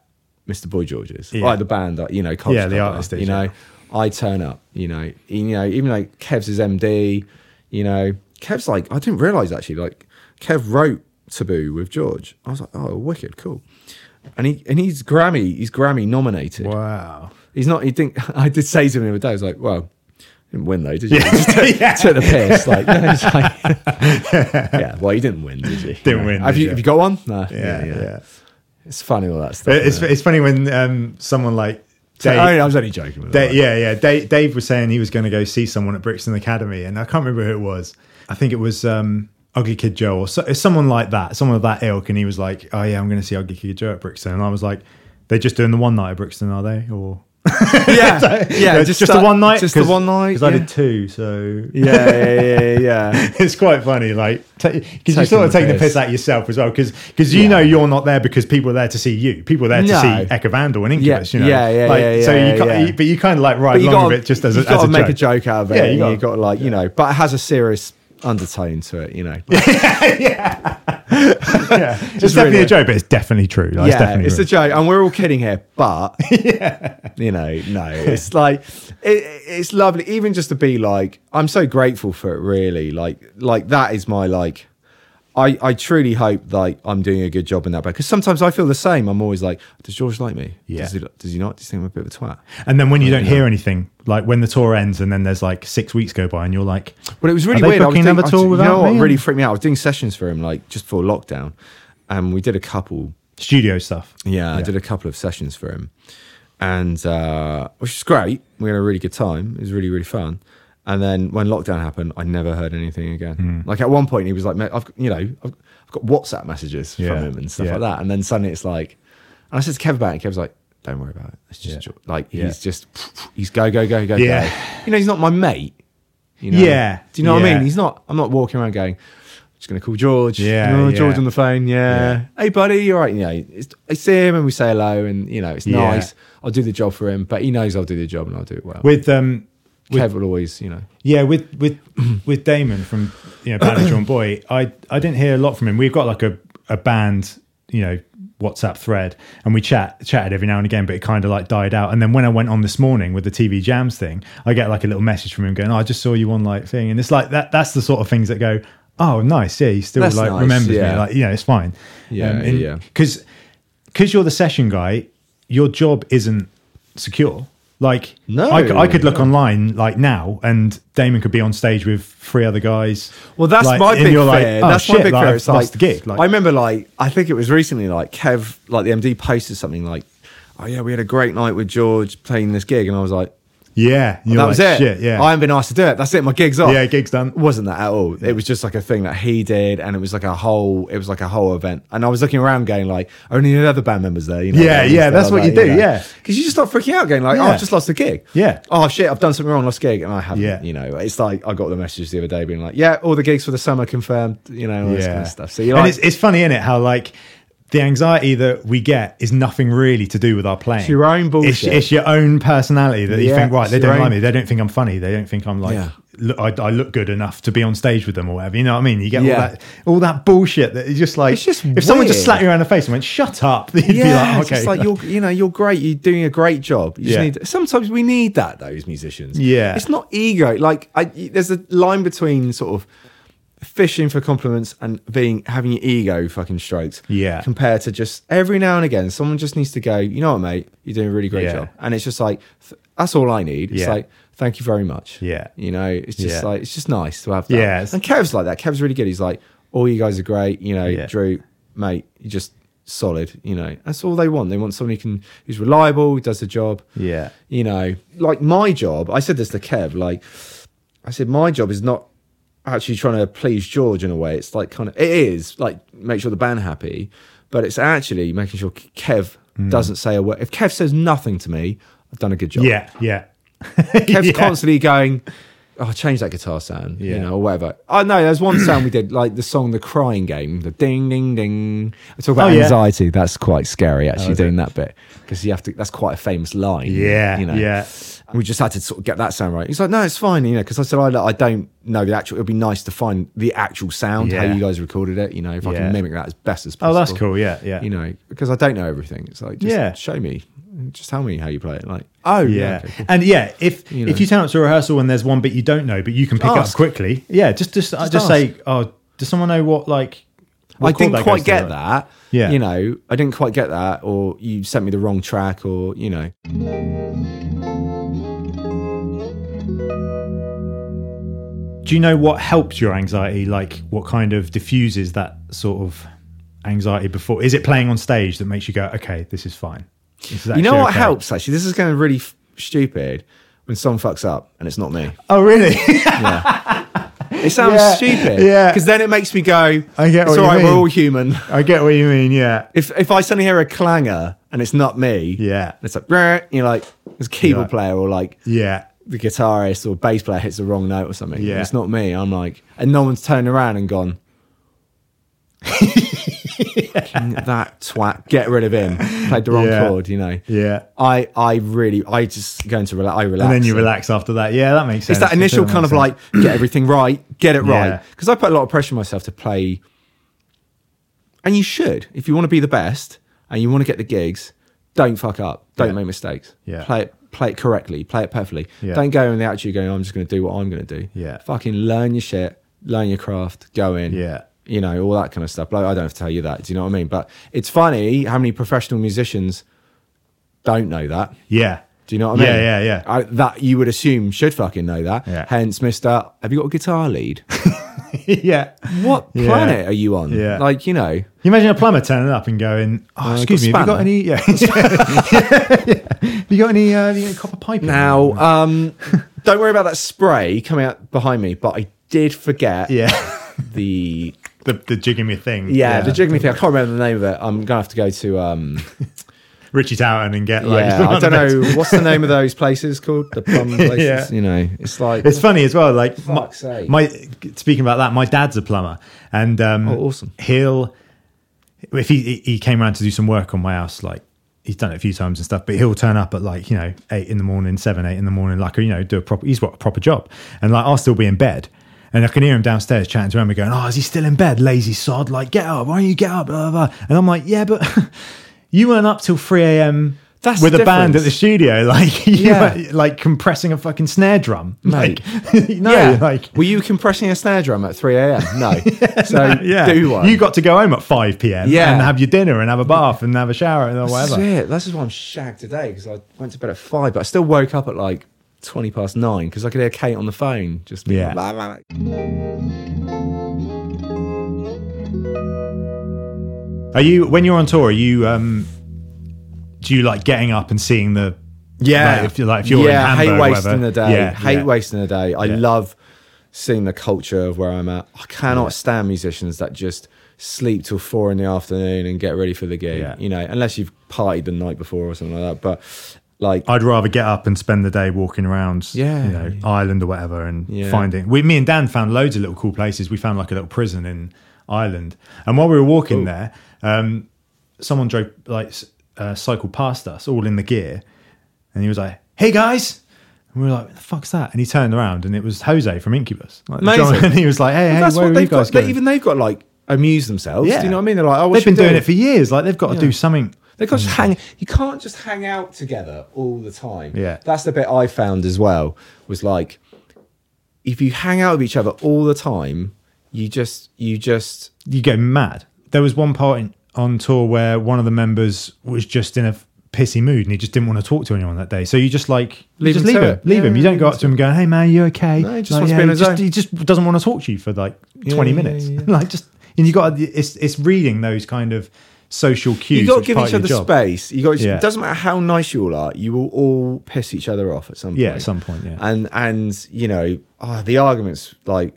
Speaker 3: Mr. Boy George is.
Speaker 2: Yeah.
Speaker 3: Like the band, like, you know, Culture
Speaker 2: Yeah, the
Speaker 3: Club are,
Speaker 2: artist is,
Speaker 3: You know,
Speaker 2: yeah.
Speaker 3: I turn up, you know, you know, even though Kev's is MD, you know, Kev's like, I didn't realize actually, like, Kev wrote Taboo with George. I was like, oh, wicked, cool. And he and he's Grammy, he's Grammy nominated.
Speaker 2: wow.
Speaker 3: He's not. He think <laughs> I did say to him the other day. I was like, "Well, didn't win though, <laughs> did you?" Yeah.
Speaker 2: Yeah.
Speaker 3: Took the piss. Like, no, it's like-
Speaker 2: <laughs>
Speaker 3: yeah. Well, you didn't win, did you?
Speaker 2: Didn't win,
Speaker 3: Have
Speaker 2: did
Speaker 3: you,
Speaker 2: you?
Speaker 3: Have you got one? No.
Speaker 2: Yeah, yeah.
Speaker 3: It's funny all that stuff.
Speaker 2: It- It's
Speaker 3: isn't it?
Speaker 2: it's funny when um, someone like
Speaker 3: So-
Speaker 2: Dave,
Speaker 3: oh, yeah, I was only joking. With
Speaker 2: Da-
Speaker 3: that.
Speaker 2: yeah, yeah. Dave, Dave was saying he was going to go see someone at Brixton Academy, and I can't remember who it was. I think it was um, Ugly Kid Joe or so, someone like that, someone of that ilk. And he was like, "Oh yeah, I'm going to see Ugly Kid Joe at Brixton." And I was like, "They're just doing the one night at Brixton, are they?" Or <laughs>
Speaker 3: yeah,
Speaker 2: No,
Speaker 3: <laughs> yeah.
Speaker 2: uh, just, the
Speaker 3: that-
Speaker 2: one night,
Speaker 3: Just the one night.
Speaker 2: Because
Speaker 3: yeah.
Speaker 2: I did two, so
Speaker 3: <laughs>
Speaker 2: <laughs>
Speaker 3: yeah, yeah, yeah, yeah, yeah.
Speaker 2: it's quite funny, like because you
Speaker 3: Taking
Speaker 2: sort of
Speaker 3: the
Speaker 2: take the
Speaker 3: piss.
Speaker 2: piss out yourself as well, because you know you're not there because people are there to see you. People are there
Speaker 3: No.
Speaker 2: to see Eka Vandal and
Speaker 3: Yeah,
Speaker 2: Incubus, you know.
Speaker 3: yeah, yeah,
Speaker 2: like,
Speaker 3: yeah,
Speaker 2: So
Speaker 3: yeah,
Speaker 2: you, can't,
Speaker 3: yeah.
Speaker 2: you- but you kind of like ride
Speaker 3: But
Speaker 2: along
Speaker 3: gotta-
Speaker 2: with it just as,
Speaker 3: you
Speaker 2: a,
Speaker 3: gotta
Speaker 2: as a
Speaker 3: make
Speaker 2: joke.
Speaker 3: a joke out of it.
Speaker 2: Yeah,
Speaker 3: Yeah,
Speaker 2: you
Speaker 3: you
Speaker 2: gotta-
Speaker 3: got, to like you know, but it has a serious undertone to it. You know,
Speaker 2: yeah, <laughs> it's definitely
Speaker 3: really-
Speaker 2: a joke, but it's definitely true. Like, it's
Speaker 3: yeah,
Speaker 2: definitely
Speaker 3: it's
Speaker 2: real.
Speaker 3: a joke, and we're all kidding here,
Speaker 2: <laughs>
Speaker 3: but you know, no, it's like it, it's lovely, even just to be like, I'm so grateful for it, really. Like, like that is my like. I, I truly hope like I'm doing a good job in that because sometimes I feel the same. I'm always like, does George like me?
Speaker 2: Yeah.
Speaker 3: Does he, does he not? Does he think I'm a bit of a twat?
Speaker 2: And then when you don't hear anything, like when the tour ends, and then there's like six weeks go by, and you're like,
Speaker 3: But it was really
Speaker 2: Are they
Speaker 3: weird. I was
Speaker 2: booking
Speaker 3: doing-
Speaker 2: another
Speaker 3: I was
Speaker 2: tour
Speaker 3: doing- you
Speaker 2: without
Speaker 3: know what
Speaker 2: me?
Speaker 3: really freaked me out. I was doing sessions for him like just before lockdown, and we did a couple
Speaker 2: studio stuff.
Speaker 3: Yeah, I did a couple of sessions for him, and uh, which was great. We had a really good time. It was really really fun. And then when lockdown happened, I never heard anything again.
Speaker 2: Hmm.
Speaker 3: Like at one point, he was like, "Mate, "I've got- you know, I've, I've got WhatsApp messages
Speaker 2: Yeah,
Speaker 3: from him and stuff
Speaker 2: yeah.
Speaker 3: like that." And then suddenly it's like, and I said to Kev about it. And Kev's like, "Don't worry about it. It's just
Speaker 2: Yeah.
Speaker 3: jo- like
Speaker 2: Yeah.
Speaker 3: he's just he's go go go go
Speaker 2: Yeah.
Speaker 3: go. You know, he's not my mate. You know?
Speaker 2: Yeah,
Speaker 3: Do you know what I
Speaker 2: yeah.
Speaker 3: mean? He's not. I'm not walking around going." just gonna call George.
Speaker 2: Yeah,
Speaker 3: You know, George
Speaker 2: yeah.
Speaker 3: on the phone. Yeah. Hey, buddy, you all right? You know, it's, I see him and we say hello, and you know, it's
Speaker 2: Yeah.
Speaker 3: nice. I'll do the job for him, but he knows I'll do the job and I'll do it well.
Speaker 2: with um
Speaker 3: Kev will always, you know.
Speaker 2: Yeah, with
Speaker 3: <clears throat>
Speaker 2: with with Damon from you know Band of John Boy, I I didn't hear a lot from him. We've got like a a band, you know, WhatsApp thread, and we chat chatted every now and again, but it kind of like died out. And then when I went on this morning with the TV Jams thing, I get like a little message from him going, oh, "I just saw you on like thing," and it's like that. That's the sort of things that go, "Oh, nice, yeah, he still
Speaker 3: That's
Speaker 2: like
Speaker 3: nice,
Speaker 2: remembers
Speaker 3: yeah.
Speaker 2: me, like you know, it's fine." Um,
Speaker 3: Yeah, yeah.
Speaker 2: Because because you're the session guy, your job isn't secure. Like
Speaker 3: No.
Speaker 2: I, c- I could look online like now, and Damon could be on stage with three other guys.
Speaker 3: Well, that's
Speaker 2: like,
Speaker 3: my
Speaker 2: and
Speaker 3: big fear.
Speaker 2: you're like, oh,
Speaker 3: that's my
Speaker 2: shit,
Speaker 3: big
Speaker 2: like,
Speaker 3: fear.
Speaker 2: I've
Speaker 3: It's
Speaker 2: lost
Speaker 3: like,
Speaker 2: the gig. Like,
Speaker 3: I remember, like I think it was recently, like Kev, like the MD posted something like, "Oh yeah, we had a great night with George playing this gig," and I was like,
Speaker 2: yeah, and
Speaker 3: "That
Speaker 2: you're
Speaker 3: was
Speaker 2: like,
Speaker 3: it.
Speaker 2: Shit, yeah,
Speaker 3: I haven't been asked to do it. That's it. My gig's off.
Speaker 2: yeah, gig's done.
Speaker 3: Um, It wasn't that at all. It was just like a thing that he did, and it was like a whole, it was like a whole event. And I was looking around, going like, only the other band members there. You know,
Speaker 2: Yeah, yeah, that's what you do, yeah.
Speaker 3: because you just start freaking out, going like, oh,
Speaker 2: Yeah.
Speaker 3: I've just lost a gig.
Speaker 2: Yeah.
Speaker 3: Oh shit, I've done something wrong, lost a gig, and I haven't.
Speaker 2: Yeah.
Speaker 3: You know, it's like I got the message the other day, being like, yeah, all the gigs for the summer confirmed. You know, all this kind of stuff. So you're
Speaker 2: and
Speaker 3: like,
Speaker 2: it's, it's funny, is it? How like the anxiety that we get is nothing really to do with our playing.
Speaker 3: It's your own
Speaker 2: It's,
Speaker 3: bullshit.
Speaker 2: it's your own personality that you
Speaker 3: Yeah,
Speaker 2: think right. They
Speaker 3: it's your
Speaker 2: don't like
Speaker 3: own-
Speaker 2: me. They don't think I'm funny. They don't think I'm like.
Speaker 3: Yeah.
Speaker 2: Look, I, I look good enough to be on stage with them or whatever. You know what I mean? You get all
Speaker 3: Yeah.
Speaker 2: that all that bullshit that is just like
Speaker 3: It's just
Speaker 2: if someone just
Speaker 3: weird.
Speaker 2: slapped you around the face and went, "Shut up," <laughs> you'd
Speaker 3: yeah,
Speaker 2: be like,
Speaker 3: it's
Speaker 2: "Okay." <laughs>
Speaker 3: just like you're, you know, you're great. You're doing a great job. You just
Speaker 2: Yeah.
Speaker 3: need. Sometimes we need that though, as musicians.
Speaker 2: Yeah.
Speaker 3: it's not ego. Like, I, there's a line between sort of fishing for compliments and being having your ego fucking stroked.
Speaker 2: Yeah.
Speaker 3: compared to just every now and again, someone just needs to go. You know what, mate? You're doing a really great
Speaker 2: Yeah.
Speaker 3: job, and it's just like th- that's all I need. It's
Speaker 2: Yeah.
Speaker 3: like thank you very much.
Speaker 2: Yeah.
Speaker 3: you know, it's just
Speaker 2: Yeah.
Speaker 3: like it's just nice to have that.
Speaker 2: Yeah, it's-
Speaker 3: and Kev's like that. Kev's really good. He's like, all you guys are great. You know,
Speaker 2: Yeah.
Speaker 3: Drew, mate, you just solid. You know, that's all they want. They want somebody who can who's reliable, who does the job.
Speaker 2: Yeah.
Speaker 3: You know, like my job. I said this to Kev. Like, I said my job is not actually trying to please George in a way. It's like kind of it is like make sure the band happy, but it's actually making sure Kev doesn't say a word. If Kev says nothing to me, I've done a good job.
Speaker 2: Mm. Yeah, yeah. <laughs>
Speaker 3: Kev's
Speaker 2: Yeah.
Speaker 3: constantly going, "Oh, change that guitar sound,"
Speaker 2: Yeah.
Speaker 3: you know, or whatever. Oh no, there's one sound we did, like the song "The Crying Game," the ding, ding, ding. I talk about
Speaker 2: Oh, yeah. Oh,
Speaker 3: anxiety. That's quite scary, actually,
Speaker 2: is it?
Speaker 3: doing that bit because you have to. That's quite a famous line.
Speaker 2: Yeah,
Speaker 3: you know?
Speaker 2: yeah.
Speaker 3: And we just had to sort of get that sound right. He's like, "No, it's fine," you know, because I said, I, "I don't know the actual." It'd be nice to find the actual sound
Speaker 2: Yeah.
Speaker 3: how you guys recorded it. You know, if I
Speaker 2: Yeah.
Speaker 3: can mimic that as best as
Speaker 2: Oh,
Speaker 3: possible.
Speaker 2: that's cool. Yeah, yeah.
Speaker 3: You know, because I don't know everything. It's like, just
Speaker 2: Yeah.
Speaker 3: show me, just tell me how you play it. Like, oh, yeah,
Speaker 2: yeah,
Speaker 3: okay, cool.
Speaker 2: and yeah, if
Speaker 3: You know.
Speaker 2: if you turn up to a rehearsal and there's one bit you don't know, but you can pick up
Speaker 3: Ask.
Speaker 2: quickly. Yeah, just just just, just
Speaker 3: ask.
Speaker 2: say, oh, does someone know what like? what
Speaker 3: I
Speaker 2: chord
Speaker 3: didn't
Speaker 2: that
Speaker 3: quite
Speaker 2: goes to?"
Speaker 3: get that.
Speaker 2: Yeah.
Speaker 3: You know, I didn't quite get that, or you sent me the wrong track, or, you know.
Speaker 2: Do you know what helps your anxiety? Like, what kind of diffuses that sort of anxiety before? Is it playing on stage that makes you go, okay, this is fine? This is
Speaker 3: You know
Speaker 2: actually
Speaker 3: what
Speaker 2: okay."
Speaker 3: helps, actually? This is going to really f- stupid when someone fucks up and it's not me.
Speaker 2: Oh, really? <laughs>
Speaker 3: It sounds
Speaker 2: Yeah,
Speaker 3: stupid.
Speaker 2: <laughs> yeah.
Speaker 3: Because then it makes me go,
Speaker 2: I get
Speaker 3: it's
Speaker 2: what you
Speaker 3: all right,
Speaker 2: mean."
Speaker 3: we're all human.
Speaker 2: I get what you mean. Yeah,
Speaker 3: If, if I suddenly hear a clanger and it's not me,
Speaker 2: Yeah.
Speaker 3: and it's like, "Brr," you're like, there's a keyboard
Speaker 2: Yeah.
Speaker 3: player or like
Speaker 2: yeah,
Speaker 3: the guitarist or bass player hits the wrong note or something.
Speaker 2: Yeah.
Speaker 3: It's not me. I'm like, and no one's turned around and gone, <laughs> "Fucking that twat, get rid of him. Played the wrong
Speaker 2: Yeah.
Speaker 3: chord, you know.
Speaker 2: yeah.
Speaker 3: I, I really, I just go into relax. I relax.
Speaker 2: And then you relax after that. Yeah, that makes sense.
Speaker 3: It's that initial
Speaker 2: does
Speaker 3: kind of
Speaker 2: make
Speaker 3: like, get everything right, get it
Speaker 2: Yeah.
Speaker 3: right. Because I put a lot of pressure on myself to play, and you should. If you want to be the best and you want to get the gigs, don't fuck up. Don't
Speaker 2: Yeah.
Speaker 3: make mistakes.
Speaker 2: Yeah.
Speaker 3: Play it. Play it correctly. Play it perfectly.
Speaker 2: Yeah.
Speaker 3: Don't go in the attitude going, "I'm just going to do what I'm going to do."
Speaker 2: Yeah.
Speaker 3: Fucking learn your shit. Learn your craft. Go in.
Speaker 2: Yeah.
Speaker 3: You know all that kind of stuff. Like I don't have to tell you that. Do you know what I mean? But it's funny how many professional musicians don't know that.
Speaker 2: Yeah. <laughs>
Speaker 3: Do you know what I
Speaker 2: Yeah,
Speaker 3: mean?
Speaker 2: yeah, yeah.
Speaker 3: I, that you would assume should fucking know that.
Speaker 2: Yeah.
Speaker 3: Hence, Mister, have you got a guitar
Speaker 2: <laughs>
Speaker 3: lead?
Speaker 2: yeah.
Speaker 3: what
Speaker 2: Yeah.
Speaker 3: planet are you on?
Speaker 2: Yeah.
Speaker 3: Like you know,
Speaker 2: You imagine a plumber turning up and going, oh,
Speaker 3: Uh,
Speaker 2: excuse me, have you got
Speaker 3: spanner."
Speaker 2: any? Yeah. Yeah. Have you got any, uh, have you got any copper pipe? in
Speaker 3: <laughs>
Speaker 2: <laughs>
Speaker 3: now um, don't worry about that spray coming out behind me. But I did forget.
Speaker 2: there?" <laughs> Yeah.
Speaker 3: The
Speaker 2: the, the jigging me thing.
Speaker 3: yeah, the jiggly thing. I can't remember the name of it. I'm gonna have to go to um,
Speaker 2: Richie Town and get <laughs> like <laughs>
Speaker 3: yeah,
Speaker 2: one
Speaker 3: I
Speaker 2: of the
Speaker 3: don't
Speaker 2: best-
Speaker 3: know what's the name of those places called the plum
Speaker 2: <laughs>
Speaker 3: places.
Speaker 2: Yeah.
Speaker 3: You know, it's like
Speaker 2: It's funny as well. Like my,
Speaker 3: Fuck's sake.
Speaker 2: my speaking about that, my dad's a plumber, and um,
Speaker 3: Oh, awesome.
Speaker 2: He'll if he he came around to do some work on my house, like he's done it a few times and stuff. But he'll turn up at like you know eight in the morning, seven eight in the morning, like you know do a proper. He's got a proper job, and like I'll still be in bed. And I can hear him downstairs chatting to Emma, going, "Oh, is he still in bed, lazy sod? Like, get up! Why don't you get up?" Blah, blah, blah. And I'm like, "Yeah, but <laughs> you weren't up till three a.m.
Speaker 3: That's
Speaker 2: with
Speaker 3: the
Speaker 2: a band at
Speaker 3: difference.
Speaker 2: the studio, <laughs> like you
Speaker 3: Yeah.
Speaker 2: weren't- like compressing a fucking snare drum.
Speaker 3: Mate.
Speaker 2: <laughs> Like, no,
Speaker 3: yeah.
Speaker 2: like
Speaker 3: were you compressing a snare drum at 3 a.m.? No. so
Speaker 2: <laughs> yeah,
Speaker 3: do one.
Speaker 2: you got to go home at five p.m.
Speaker 3: Yeah.
Speaker 2: and have your dinner and have a bath and have a shower and
Speaker 3: This is
Speaker 2: whatever.
Speaker 3: it. This is why I'm shagged today because I went to bed at five, but I still woke up at like 20 past nine because I could hear Kate on the phone just being
Speaker 2: Yeah.
Speaker 3: yeah. blah, blah, blah.
Speaker 2: Are you when you're on tour? Are you um, do you like getting up and seeing the
Speaker 3: Yeah.
Speaker 2: Like, if you- like, if you're in
Speaker 3: yeah,
Speaker 2: Hamburg
Speaker 3: hate
Speaker 2: or
Speaker 3: wasting
Speaker 2: whatever.
Speaker 3: the day.
Speaker 2: Yeah,
Speaker 3: hate
Speaker 2: yeah.
Speaker 3: wasting the day. I
Speaker 2: Yeah.
Speaker 3: love seeing the culture of where I'm at. I cannot stand musicians that just sleep till four in the afternoon and get ready for the gig.
Speaker 2: Yeah.
Speaker 3: You know, unless you've partied the night before or something like that. But like
Speaker 2: I'd rather get up and spend the day walking around,
Speaker 3: Yeah.
Speaker 2: you know, Ireland or whatever, and
Speaker 3: Yeah.
Speaker 2: finding. We, me and Dan found loads of little cool places. We found like a little prison in Ireland, and while we were walking there, um, someone drove like s- uh, cycled past us, all in the gear, and he was like, "Hey guys." And we were like, "The fuck's that?" And he turned around, and it was Jose from Incubus. Like, the
Speaker 3: Amazing.
Speaker 2: drummer, <laughs> and he was like, "Hey, hey,
Speaker 3: that's
Speaker 2: where are
Speaker 3: what
Speaker 2: you
Speaker 3: they've
Speaker 2: guys
Speaker 3: got. They,
Speaker 2: going?"
Speaker 3: even they've got like amuse themselves.
Speaker 2: Yeah.
Speaker 3: Do you know what I mean? They're like, oh,
Speaker 2: They've been doing it for years. Like they've got to do something.
Speaker 3: They can't just hang. You can't just hang out together all the time.
Speaker 2: Yeah.
Speaker 3: that's the bit I found as well. Was like, if you hang out with each other all the time, you just you just
Speaker 2: you go mad. There was one part in, on tour where one of the members was just in a f- pissy mood and he just didn't want to talk to anyone that day. So you just like
Speaker 3: Leave
Speaker 2: you just
Speaker 3: him
Speaker 2: leave
Speaker 3: to
Speaker 2: him,
Speaker 3: it.
Speaker 2: leave him.
Speaker 3: Yeah,
Speaker 2: You don't go up to him going, "Hey man, you okay?"
Speaker 3: No, he just wants to be on
Speaker 2: he
Speaker 3: his
Speaker 2: just,
Speaker 3: own.
Speaker 2: He just doesn't want to talk to you for like
Speaker 3: Yeah,
Speaker 2: twenty
Speaker 3: yeah,
Speaker 2: minutes.
Speaker 3: yeah.
Speaker 2: <laughs> like just and you got it's it's reading those kind of social cues.
Speaker 3: you got to
Speaker 2: which
Speaker 3: give
Speaker 2: part
Speaker 3: each
Speaker 2: of
Speaker 3: other
Speaker 2: your job.
Speaker 3: space. You got.
Speaker 2: Yeah.
Speaker 3: It doesn't matter how nice you all are. You will all piss each other off at some point.
Speaker 2: Yeah, at some point, yeah.
Speaker 3: And and you know ah, the arguments like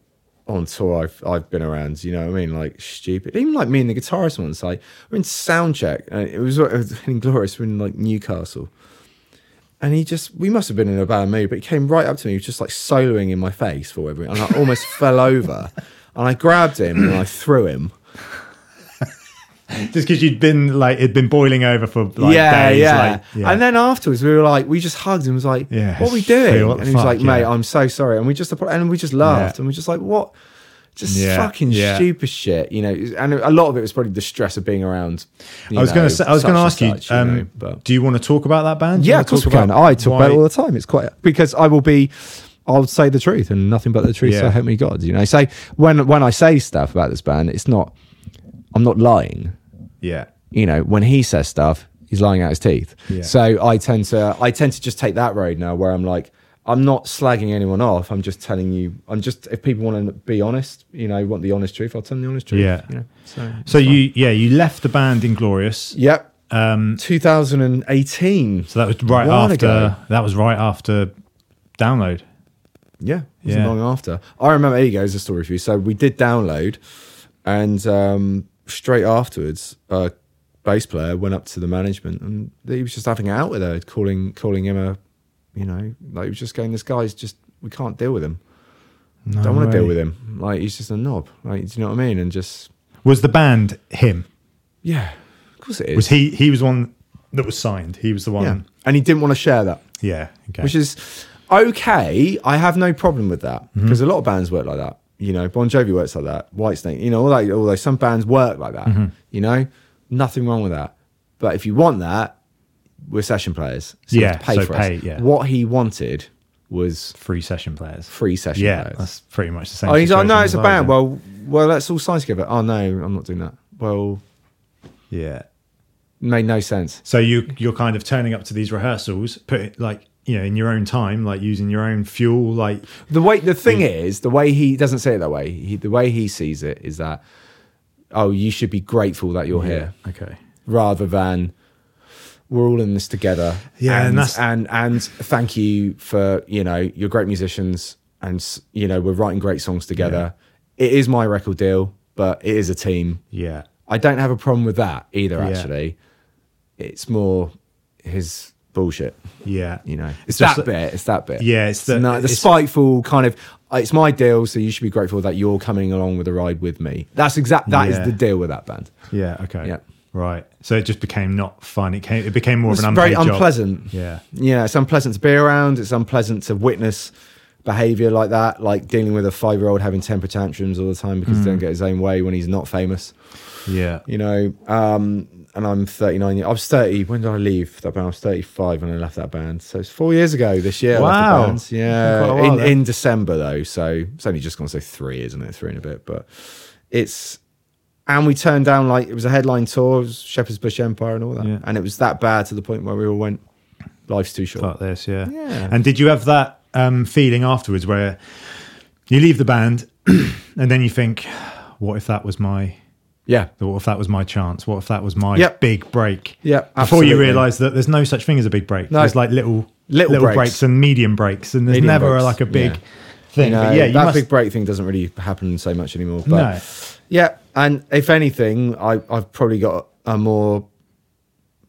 Speaker 3: on tour I've I've been around. You know what I mean? Like stupid. Even like me and the guitarist once. Like we're in sound check. And it was, it was inglorious. We're in like Newcastle. And he just, we must have been in a bad mood, but he came right up to me. He was just like soloing in my face for everything. And I almost <laughs> fell over. And I grabbed him and I threw him.
Speaker 2: Just because you'd been like it'd been boiling over for like
Speaker 3: yeah,
Speaker 2: days.
Speaker 3: yeah.
Speaker 2: like, yeah.
Speaker 3: And then afterwards, we were like, we just hugged and was like,
Speaker 2: Yeah,
Speaker 3: what are we
Speaker 2: it's free,
Speaker 3: doing?
Speaker 2: what the
Speaker 3: and he was
Speaker 2: fuck,
Speaker 3: like, mate,
Speaker 2: yeah.
Speaker 3: I'm so sorry. And we just apo- and we just laughed
Speaker 2: Yeah.
Speaker 3: and we are just like, what? Just
Speaker 2: Yeah,
Speaker 3: fucking
Speaker 2: yeah.
Speaker 3: stupid shit, you know. And a lot of it was probably the stress of being around. you
Speaker 2: I was
Speaker 3: know,
Speaker 2: going to say, I was
Speaker 3: such
Speaker 2: going to
Speaker 3: and
Speaker 2: ask you,
Speaker 3: such,
Speaker 2: um,
Speaker 3: know, but-
Speaker 2: do you want to talk about that band? Do you
Speaker 3: yeah,
Speaker 2: wanna
Speaker 3: of course we
Speaker 2: talk
Speaker 3: can.
Speaker 2: about
Speaker 3: I talk about it
Speaker 2: why-
Speaker 3: all the time. It's quite because I will be. I'll say the truth and nothing but the truth. So
Speaker 2: Yeah.
Speaker 3: help me God. You know. So when when I say stuff about this band, it's not. I'm not lying.
Speaker 2: Yeah,
Speaker 3: You know, when he says stuff, he's lying out his teeth.
Speaker 2: Yeah.
Speaker 3: So I tend to I tend to just take that road now, where I'm like, I'm not slagging anyone off. I'm just telling you. I'm just if people want to be honest, you know, want the honest truth, I'll tell them the honest truth.
Speaker 2: Yeah.
Speaker 3: You know? So.
Speaker 2: so you yeah you left the band Inglorious.
Speaker 3: Yep. Um, 2018.
Speaker 2: So that was right
Speaker 3: While
Speaker 2: after.
Speaker 3: ago.
Speaker 2: That was right after download.
Speaker 3: Yeah, it wasn't
Speaker 2: Yeah.
Speaker 3: long after. I remember here you go, it's a story for you. So we did download, and um, straight afterwards, uh, bass player went up to the management, and he was just having it out with her, calling calling him a, you know, like he was just going, this guy's just we can't deal with him. Don't want to deal with him. Like he's just a knob. Like do you know what I mean? And just
Speaker 2: Was the band him?
Speaker 3: yeah, of course it is.
Speaker 2: Was he? He was one that was signed. He was the
Speaker 3: Yeah,
Speaker 2: one.
Speaker 3: and he didn't want to share that.
Speaker 2: Yeah. okay.
Speaker 3: which is okay. I have no problem with that
Speaker 2: Mm-hmm.
Speaker 3: because a lot of bands work like that. You know, Bon Jovi works like that. Whitesnake, you know, all that. Although some bands work like that.
Speaker 2: Mm-hmm.
Speaker 3: You know, nothing wrong with that. But if you want that, we're session players. So you have
Speaker 2: Yeah,
Speaker 3: to pay
Speaker 2: so
Speaker 3: for
Speaker 2: pay,
Speaker 3: us.
Speaker 2: yeah.
Speaker 3: What he wanted was
Speaker 2: free session players.
Speaker 3: free session
Speaker 2: yeah,
Speaker 3: players.
Speaker 2: that's pretty much the same.
Speaker 3: Oh, he's like,
Speaker 2: situation
Speaker 3: no, it's
Speaker 2: as
Speaker 3: a
Speaker 2: I
Speaker 3: band.
Speaker 2: was
Speaker 3: Well, well, let's all sign together. Oh no, I'm not doing that. Well,
Speaker 2: in. yeah.
Speaker 3: made no sense.
Speaker 2: So you you're kind of turning up to these rehearsals, put it like you know in your own time, like using your own fuel, like
Speaker 3: The way the
Speaker 2: Hmm.
Speaker 3: thing is, the way he doesn't say it that way. He, the way he sees it is that, oh, you should be grateful that you're here,
Speaker 2: Okay.
Speaker 3: rather than we're all in this together.
Speaker 2: Yeah, and
Speaker 3: and
Speaker 2: that's-
Speaker 3: and, and thank you for you know you're great musicians, and s- you know we're writing great songs together. It is my record deal, but it is a team.
Speaker 2: Yeah.
Speaker 3: I don't have a problem with that either.
Speaker 2: Yeah.
Speaker 3: Actually, it's more his bullshit.
Speaker 2: Yeah.
Speaker 3: You know, it's,
Speaker 2: just
Speaker 3: that
Speaker 2: that-
Speaker 3: bit. It's that bit.
Speaker 2: Yeah, it's the-
Speaker 3: no, the
Speaker 2: it's-
Speaker 3: spiteful kind of. "Uh, It's my deal, so you should be grateful that you're coming along with the ride with me. That's exact. That is
Speaker 2: Yeah.
Speaker 3: the deal with that band.
Speaker 2: Yeah. Okay.
Speaker 3: Yeah.
Speaker 2: Right. So it just became not fun. It came. It became more
Speaker 3: It's
Speaker 2: of an
Speaker 3: very
Speaker 2: unpaid job.
Speaker 3: unpleasant.
Speaker 2: Yeah.
Speaker 3: Yeah, it's unpleasant to be around. It's unpleasant to witness behavior like that, like dealing with a five year old having temper tantrums all the time because
Speaker 2: Mm.
Speaker 3: he don't get his own way when he's not famous.
Speaker 2: Yeah.
Speaker 3: You know, um, and I'm 39 years. I was 30. When did I leave that band? I was 35 when I left that band. So it's four years ago this year. I left the
Speaker 2: Wow.
Speaker 3: band.
Speaker 2: It's been quite a
Speaker 3: Yeah,
Speaker 2: while
Speaker 3: in,
Speaker 2: then.
Speaker 3: in December though. So it's only just gone. So three, isn't it? Three and a bit. But it's and we turned down like it was a headline tour, it was Shepherd's Bush Empire and all that,
Speaker 2: Yeah.
Speaker 3: and it was that bad to the point where we all went, life's too short.
Speaker 2: Like this. Yeah.
Speaker 3: Yeah.
Speaker 2: And did you have that um, feeling afterwards where you leave the band <clears throat> and then you think, what if that was my
Speaker 3: Yeah.
Speaker 2: what if that was my chance? What if that was my
Speaker 3: Yep.
Speaker 2: big break?
Speaker 3: Yep,
Speaker 2: Before you
Speaker 3: absolutely.
Speaker 2: realise that there's no such thing as a big break.
Speaker 3: No.
Speaker 2: There's like little
Speaker 3: Little
Speaker 2: breaks.
Speaker 3: breaks.
Speaker 2: and medium breaks, and there's
Speaker 3: Medium
Speaker 2: never
Speaker 3: breaks,
Speaker 2: like a big
Speaker 3: yeah.
Speaker 2: thing.
Speaker 3: You know,
Speaker 2: but yeah, you
Speaker 3: that
Speaker 2: must.
Speaker 3: big break thing doesn't really happen so much anymore. But
Speaker 2: no.
Speaker 3: Yeah, and if anything, I, I've probably got a more,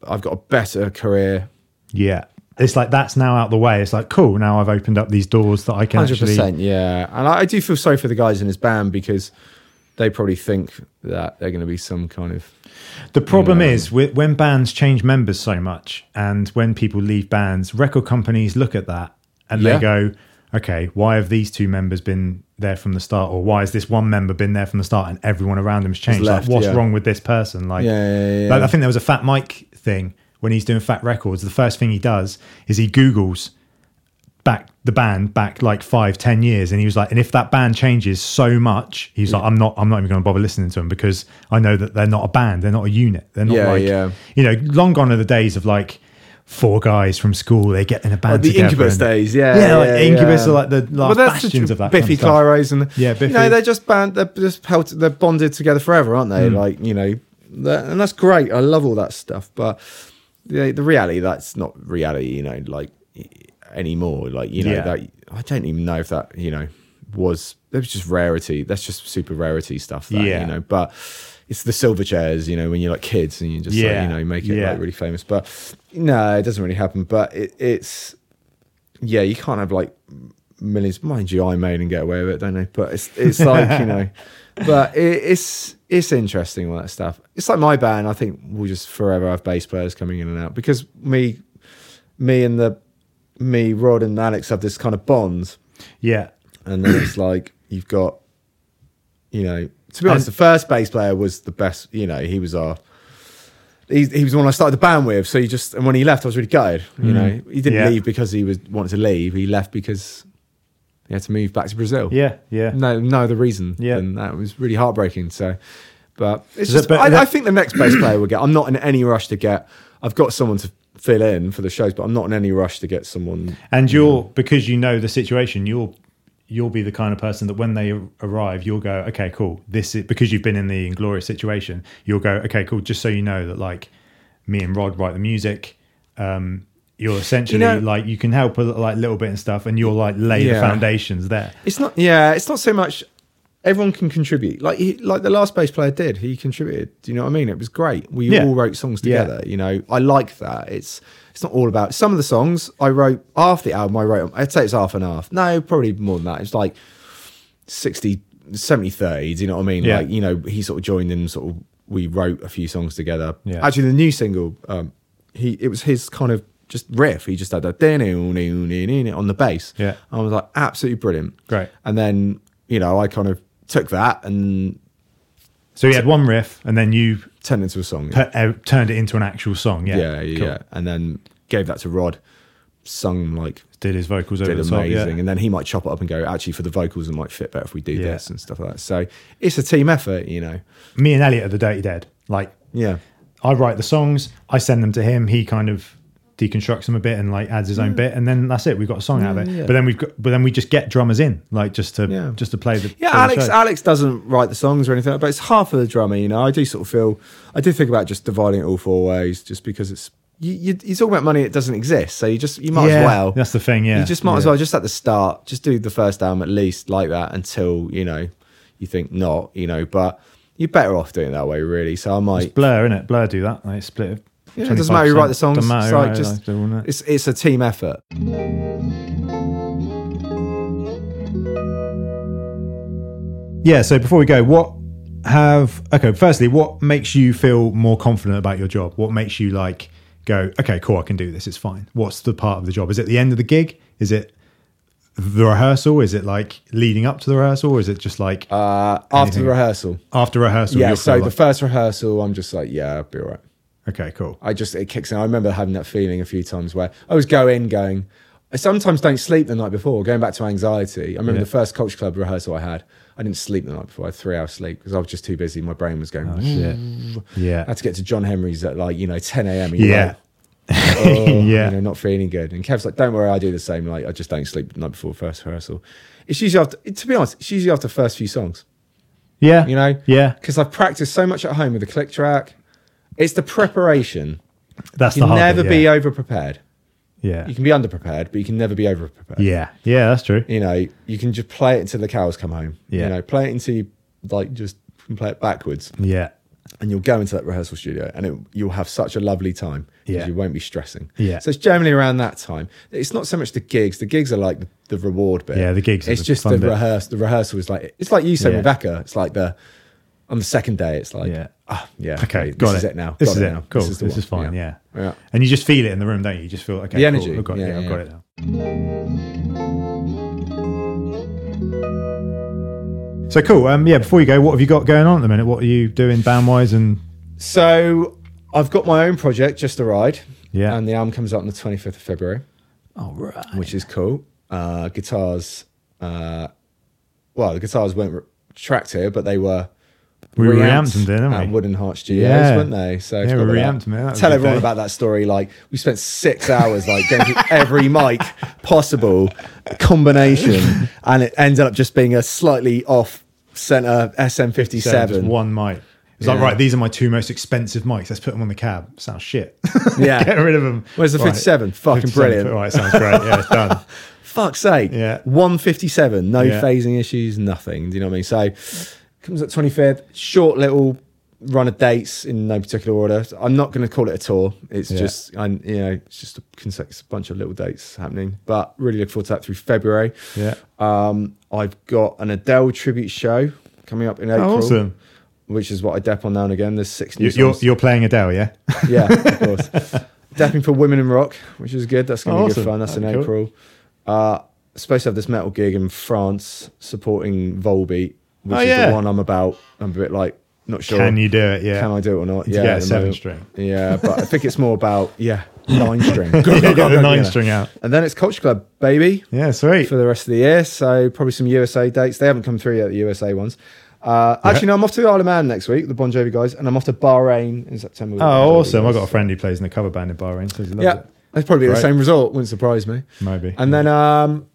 Speaker 3: I've got a better career.
Speaker 2: Yeah. It's like that's now out the way. It's like cool. Now I've opened up these doors that I can
Speaker 3: Hundred
Speaker 2: actually.
Speaker 3: percent, yeah. And I, I do feel sorry for the guys in his band because they probably think that they're going to be some kind of
Speaker 2: The problem
Speaker 3: Yeah.
Speaker 2: is with, when bands change members so much, and when people leave bands, record companies look at that and they
Speaker 3: Yeah.
Speaker 2: go, "Okay, why have these two members been there from the start, or why has this one member been there from the start, and everyone around him's changed?
Speaker 3: left,
Speaker 2: like, what's
Speaker 3: yeah.
Speaker 2: wrong with this person?" Like,
Speaker 3: Yeah, yeah, yeah,
Speaker 2: like,
Speaker 3: yeah.
Speaker 2: I think there was a Fat Mike thing when he's doing Fat Records. The first thing he does is he Google's back the band back like five ten years and he was like and if that band changes so much he's like i'm not i'm not even going to bother listening to them because i know that they're not a band they're not a unit they're not
Speaker 3: Yeah,
Speaker 2: like
Speaker 3: yeah.
Speaker 2: you know long gone are the days of like four guys from school they get in a band
Speaker 3: Oh, the
Speaker 2: together
Speaker 3: Incubus
Speaker 2: and-
Speaker 3: days, yeah,
Speaker 2: yeah, like
Speaker 3: yeah,
Speaker 2: incubus
Speaker 3: yeah.
Speaker 2: are like the last bastions
Speaker 3: tr-
Speaker 2: of that
Speaker 3: Biffy
Speaker 2: kind of stuff.
Speaker 3: Clyros and
Speaker 2: Yeah,
Speaker 3: You know,
Speaker 2: Biffy.
Speaker 3: they're just band, they're just held, they're bonded together forever, aren't
Speaker 2: Hmm.
Speaker 3: they? Like you know, that- and that's great. I love all that stuff, but the, the reality that's not reality. You know, like y- anymore. Like you know
Speaker 2: Yeah.
Speaker 3: that I don't even know if that you know was that was just rarity. That's just super rarity stuff. That,
Speaker 2: Yeah.
Speaker 3: you know, but it's the silver chairs. You know, when you're like kids and you just like,
Speaker 2: Yeah.
Speaker 3: you know make it
Speaker 2: Yeah.
Speaker 3: like really famous, but no, it doesn't really happen. But it, it's yeah, you can't have like millions. Mind you, I made and get away with it, don't they? But it's it's like
Speaker 2: <laughs>
Speaker 3: you know, but it, it's it's interesting all that stuff. It's like my band. I think we'll just forever have bass players coming in and out because me, me and the me Rod and Alex have this kind of bond,
Speaker 2: yeah
Speaker 3: and then it's like you've got, you know, to be honest,
Speaker 2: And-
Speaker 3: the first bass player was the best. You know, he was our. He, he was the one I started the band with, so he just and when he left, I was really gutted. You know, he didn't
Speaker 2: Mm. Yeah.
Speaker 3: leave because he was wanted to leave. He left because he had to move back to Brazil.
Speaker 2: yeah yeah
Speaker 3: no, no other reason.
Speaker 2: Yeah.
Speaker 3: and that was really heartbreaking. So, but
Speaker 2: Is
Speaker 3: it's
Speaker 2: it
Speaker 3: just
Speaker 2: better
Speaker 3: I,
Speaker 2: that-
Speaker 3: I think the next bass player will get. I'm not in any rush to get. I've got someone to fill in for the shows, but I'm not in any rush to get someone.
Speaker 2: and you'll because you know the situation you'll you'll be the kind of person that when they ar- arrive you'll go okay cool this is because you've been in the inglorious situation you'll go okay cool just so you know that like me and rod write the music um you're essentially
Speaker 3: know-
Speaker 2: like you can help a li- like little bit and stuff and you'll like lay the
Speaker 3: Yeah.
Speaker 2: foundations there
Speaker 3: It's not. Yeah, it's not so much. Everyone can contribute. Like he, like the last bass player did. He contributed. Do you know what I mean? It was great. We
Speaker 2: Yeah.
Speaker 3: all wrote songs
Speaker 2: Yeah.
Speaker 3: together. You know, I like that. It's it's not all about some of the songs I wrote half the album. I wrote. 'em- I'd say it's half and half. No, probably more than that. It's like 60 70 30 do you know what i mean
Speaker 2: Yeah.
Speaker 3: like you know he sort of joined in sort of we wrote a few songs together
Speaker 2: Yeah.
Speaker 3: actually the new single um he it was his kind of just riff he just had that on the bass
Speaker 2: Yeah.
Speaker 3: i was like absolutely brilliant
Speaker 2: Great.
Speaker 3: and then you know i kind of took that and
Speaker 2: so you had one riff and then you
Speaker 3: turned it into a song
Speaker 2: put, uh, turned it into an actual song yeah
Speaker 3: yeah yeah,
Speaker 2: Cool.
Speaker 3: yeah. and then gave that to rod sung like
Speaker 2: did his vocals over
Speaker 3: did
Speaker 2: the top
Speaker 3: amazing.
Speaker 2: yeah.
Speaker 3: And then he might chop it up and go, actually, for the vocals, it might fit better if we do
Speaker 2: Yeah.
Speaker 3: this and stuff like that. So it's a team effort, you know.
Speaker 2: me and elliot are the dirty dead like
Speaker 3: Yeah.
Speaker 2: I write the songs, I send them to him, he kind of deconstructs them a bit and like adds his own bit and then that's it we've got a song out of it
Speaker 3: Mm. yeah.
Speaker 2: but then we've got but then we just get drummers in like just to
Speaker 3: Yeah.
Speaker 2: just to play the play
Speaker 3: Yeah,
Speaker 2: the
Speaker 3: Alex.
Speaker 2: show.
Speaker 3: Alex doesn't write the songs or anything, but it's half of the drummer. You know, I do sort of feel, I do think about just dividing it all four ways, just because it's you. you you're talking about money that doesn't exist, so you just you might
Speaker 2: Yeah,
Speaker 3: as well.
Speaker 2: that's the thing, yeah.
Speaker 3: you just might as
Speaker 2: Yeah.
Speaker 3: well just at the start, just do the first album at least like that until you know you think not, you know. But you're better off doing it that way, really. So I might.
Speaker 2: Blur in it Blur do that they split
Speaker 3: Yeah, it doesn't matter who write the
Speaker 2: 25%,
Speaker 3: songs.
Speaker 2: doesn't matter
Speaker 3: It's
Speaker 2: who
Speaker 3: like
Speaker 2: wrote
Speaker 3: just
Speaker 2: the- all that.
Speaker 3: it's it's a team effort.
Speaker 2: Yeah. So before we go, what have okay? Firstly, what makes you feel more confident about your job? What makes you like go? Okay, cool. I can do this. It's fine. What's the part of the job? Is it the end of the gig? Is it the rehearsal? Is it like leading up to the rehearsal? Or is it just like
Speaker 3: Uh, after
Speaker 2: Anything.
Speaker 3: the rehearsal,
Speaker 2: after rehearsal?
Speaker 3: yeah.
Speaker 2: you'll
Speaker 3: So
Speaker 2: feel
Speaker 3: the
Speaker 2: like-
Speaker 3: first rehearsal, I'm just like, yeah, I'll be all right.
Speaker 2: okay, cool.
Speaker 3: I just it kicks in. I remember having that feeling a few times where I was going, going. I sometimes don't sleep the night before. Going back to anxiety, I remember the first Culture Club rehearsal I had. I didn't sleep the night before. I had three hours sleep because I was just too busy. My brain was going.
Speaker 2: Oh, Shit.
Speaker 3: I
Speaker 2: Yeah.
Speaker 3: had to get to John Henry's at like you know 10 a.m. and you're
Speaker 2: Yeah. <laughs>
Speaker 3: like, oh,
Speaker 2: Yeah.
Speaker 3: you know, not feeling good. And Kev's like, don't worry, I do the same. Like, I just don't sleep the night before first rehearsal. It's usually after, to be honest, it's usually after the first few songs,
Speaker 2: Yeah.
Speaker 3: you know?
Speaker 2: Yeah.
Speaker 3: Because I've practiced so much at home with the click track. It's the preparation.
Speaker 2: That's
Speaker 3: You
Speaker 2: the
Speaker 3: can
Speaker 2: hard bit,
Speaker 3: never be
Speaker 2: yeah.
Speaker 3: over prepared.
Speaker 2: Yeah.
Speaker 3: You can be under prepared, but you can never be over prepared.
Speaker 2: Yeah. Yeah. That's true.
Speaker 3: You know, you can just play it until the cows come home.
Speaker 2: Yeah.
Speaker 3: You know, play it until you like just play it backwards.
Speaker 2: Yeah.
Speaker 3: and you'll go into that rehearsal studio and it, you'll have such a lovely time because
Speaker 2: Yeah.
Speaker 3: you won't be stressing.
Speaker 2: Yeah.
Speaker 3: So it's generally around that time. It's not so much the gigs. The gigs are like the, the reward bit.
Speaker 2: Yeah, the gigs are
Speaker 3: It's
Speaker 2: the
Speaker 3: just
Speaker 2: fun
Speaker 3: the
Speaker 2: bit.
Speaker 3: rehearsal. The rehearsal is like it's like you said
Speaker 2: Yeah.
Speaker 3: with Becca. It's like the on the second day. It's like
Speaker 2: Yeah.
Speaker 3: ah yeah
Speaker 2: Okay,
Speaker 3: this
Speaker 2: got
Speaker 3: is
Speaker 2: it.
Speaker 3: it now.
Speaker 2: This
Speaker 3: Got
Speaker 2: is it.
Speaker 3: now.
Speaker 2: Cool. This is,
Speaker 3: the one.
Speaker 2: fine. Yeah.
Speaker 3: Yeah.
Speaker 2: And you just feel it in the room, don't you? You just feel okay.
Speaker 3: The
Speaker 2: cool,
Speaker 3: energy.
Speaker 2: I've got it.
Speaker 3: Yeah,
Speaker 2: Yeah, I've
Speaker 3: yeah.
Speaker 2: got it now. So cool. Um, yeah. Before you go, what have you got going on at the minute? What are you doing band wise? And
Speaker 3: So I've got my own project, just a ride.
Speaker 2: Yeah.
Speaker 3: And the album comes out on the twenty fifth of February. Oh,
Speaker 2: all right.
Speaker 3: which is cool. Uh, guitars, uh, well, the guitars weren't re- tracked here, but they were.
Speaker 2: We were
Speaker 3: re-amped
Speaker 2: re-amped then,
Speaker 3: at
Speaker 2: weren't we?
Speaker 3: Wooden Heart Studios,
Speaker 2: Yeah.
Speaker 3: weren't they? So it's
Speaker 2: Yeah, we
Speaker 3: got that.
Speaker 2: re-amped them, yeah, that was a
Speaker 3: Tell
Speaker 2: good
Speaker 3: everyone
Speaker 2: day.
Speaker 3: about that story. Like we spent six hours like going through every mic possible combination, and it ended up just being a slightly off center
Speaker 2: Just
Speaker 3: SM57.
Speaker 2: one mic. It's like
Speaker 3: Yeah.
Speaker 2: right. These are my two most expensive mics. Let's put them on the cab. Sounds shit. <laughs>
Speaker 3: Yeah.
Speaker 2: Get rid of them.
Speaker 3: Where's the 57? Fucking brilliant.
Speaker 2: All right. Sounds great. Yeah. It's
Speaker 3: <laughs>
Speaker 2: done.
Speaker 3: Fuck's sake.
Speaker 2: Yeah.
Speaker 3: 157. No
Speaker 2: Yeah.
Speaker 3: phasing issues, nothing. Do you know what I mean? So comes at 25th, short little run of dates in no particular order. I'm not going to call it a tour. It's
Speaker 2: Yeah.
Speaker 3: just, I, you know, it's just a, consecutive bunch of little dates happening, but really look forward to that through February.
Speaker 2: Yeah.
Speaker 3: Um, I've got an Adele tribute show coming up in April.
Speaker 2: Oh, awesome.
Speaker 3: Which is what I dep on now and again. There's six new
Speaker 2: You- You're
Speaker 3: songs.
Speaker 2: you're playing Adele, yeah.
Speaker 3: Yeah,
Speaker 2: <laughs>
Speaker 3: of course. Depping for Women in Rock, which is good. That's going to
Speaker 2: Oh,
Speaker 3: be
Speaker 2: awesome.
Speaker 3: good fun. That's in
Speaker 2: That'd be cool.
Speaker 3: April. Uh, supposed to have this metal gig in France supporting Volbeat, which
Speaker 2: Oh,
Speaker 3: is
Speaker 2: yeah.
Speaker 3: the one I'm about. I'm a bit like, not sure.
Speaker 2: Can you do it? Yeah.
Speaker 3: Can I do it or not?
Speaker 2: Yeah,
Speaker 3: at the
Speaker 2: seven
Speaker 3: moment.
Speaker 2: string.
Speaker 3: Yeah, but I think it's more about,
Speaker 2: <laughs>
Speaker 3: yeah, nine string. Go, go,
Speaker 2: Yeah,
Speaker 3: go,
Speaker 2: get
Speaker 3: go,
Speaker 2: the nine
Speaker 3: yeah.
Speaker 2: string out.
Speaker 3: And then it's Culture Club, baby
Speaker 2: Yeah, sweet.
Speaker 3: for the rest of the year. So probably some USA dates. They haven't come through yet, the USA ones. Uh, Actually, no, I'm off to the Isle of Man next week, the Bon Jovi guys, and I'm off to Bahrain in September. with the Bon
Speaker 2: Oh,
Speaker 3: Jovi
Speaker 2: awesome! I've
Speaker 3: guys.
Speaker 2: got a friend who plays in the cover band in Bahrain, so he loves
Speaker 3: Yeah,
Speaker 2: it.
Speaker 3: it's probably
Speaker 2: Great.
Speaker 3: the same result. Wouldn't surprise me.
Speaker 2: Maybe.
Speaker 3: And then um,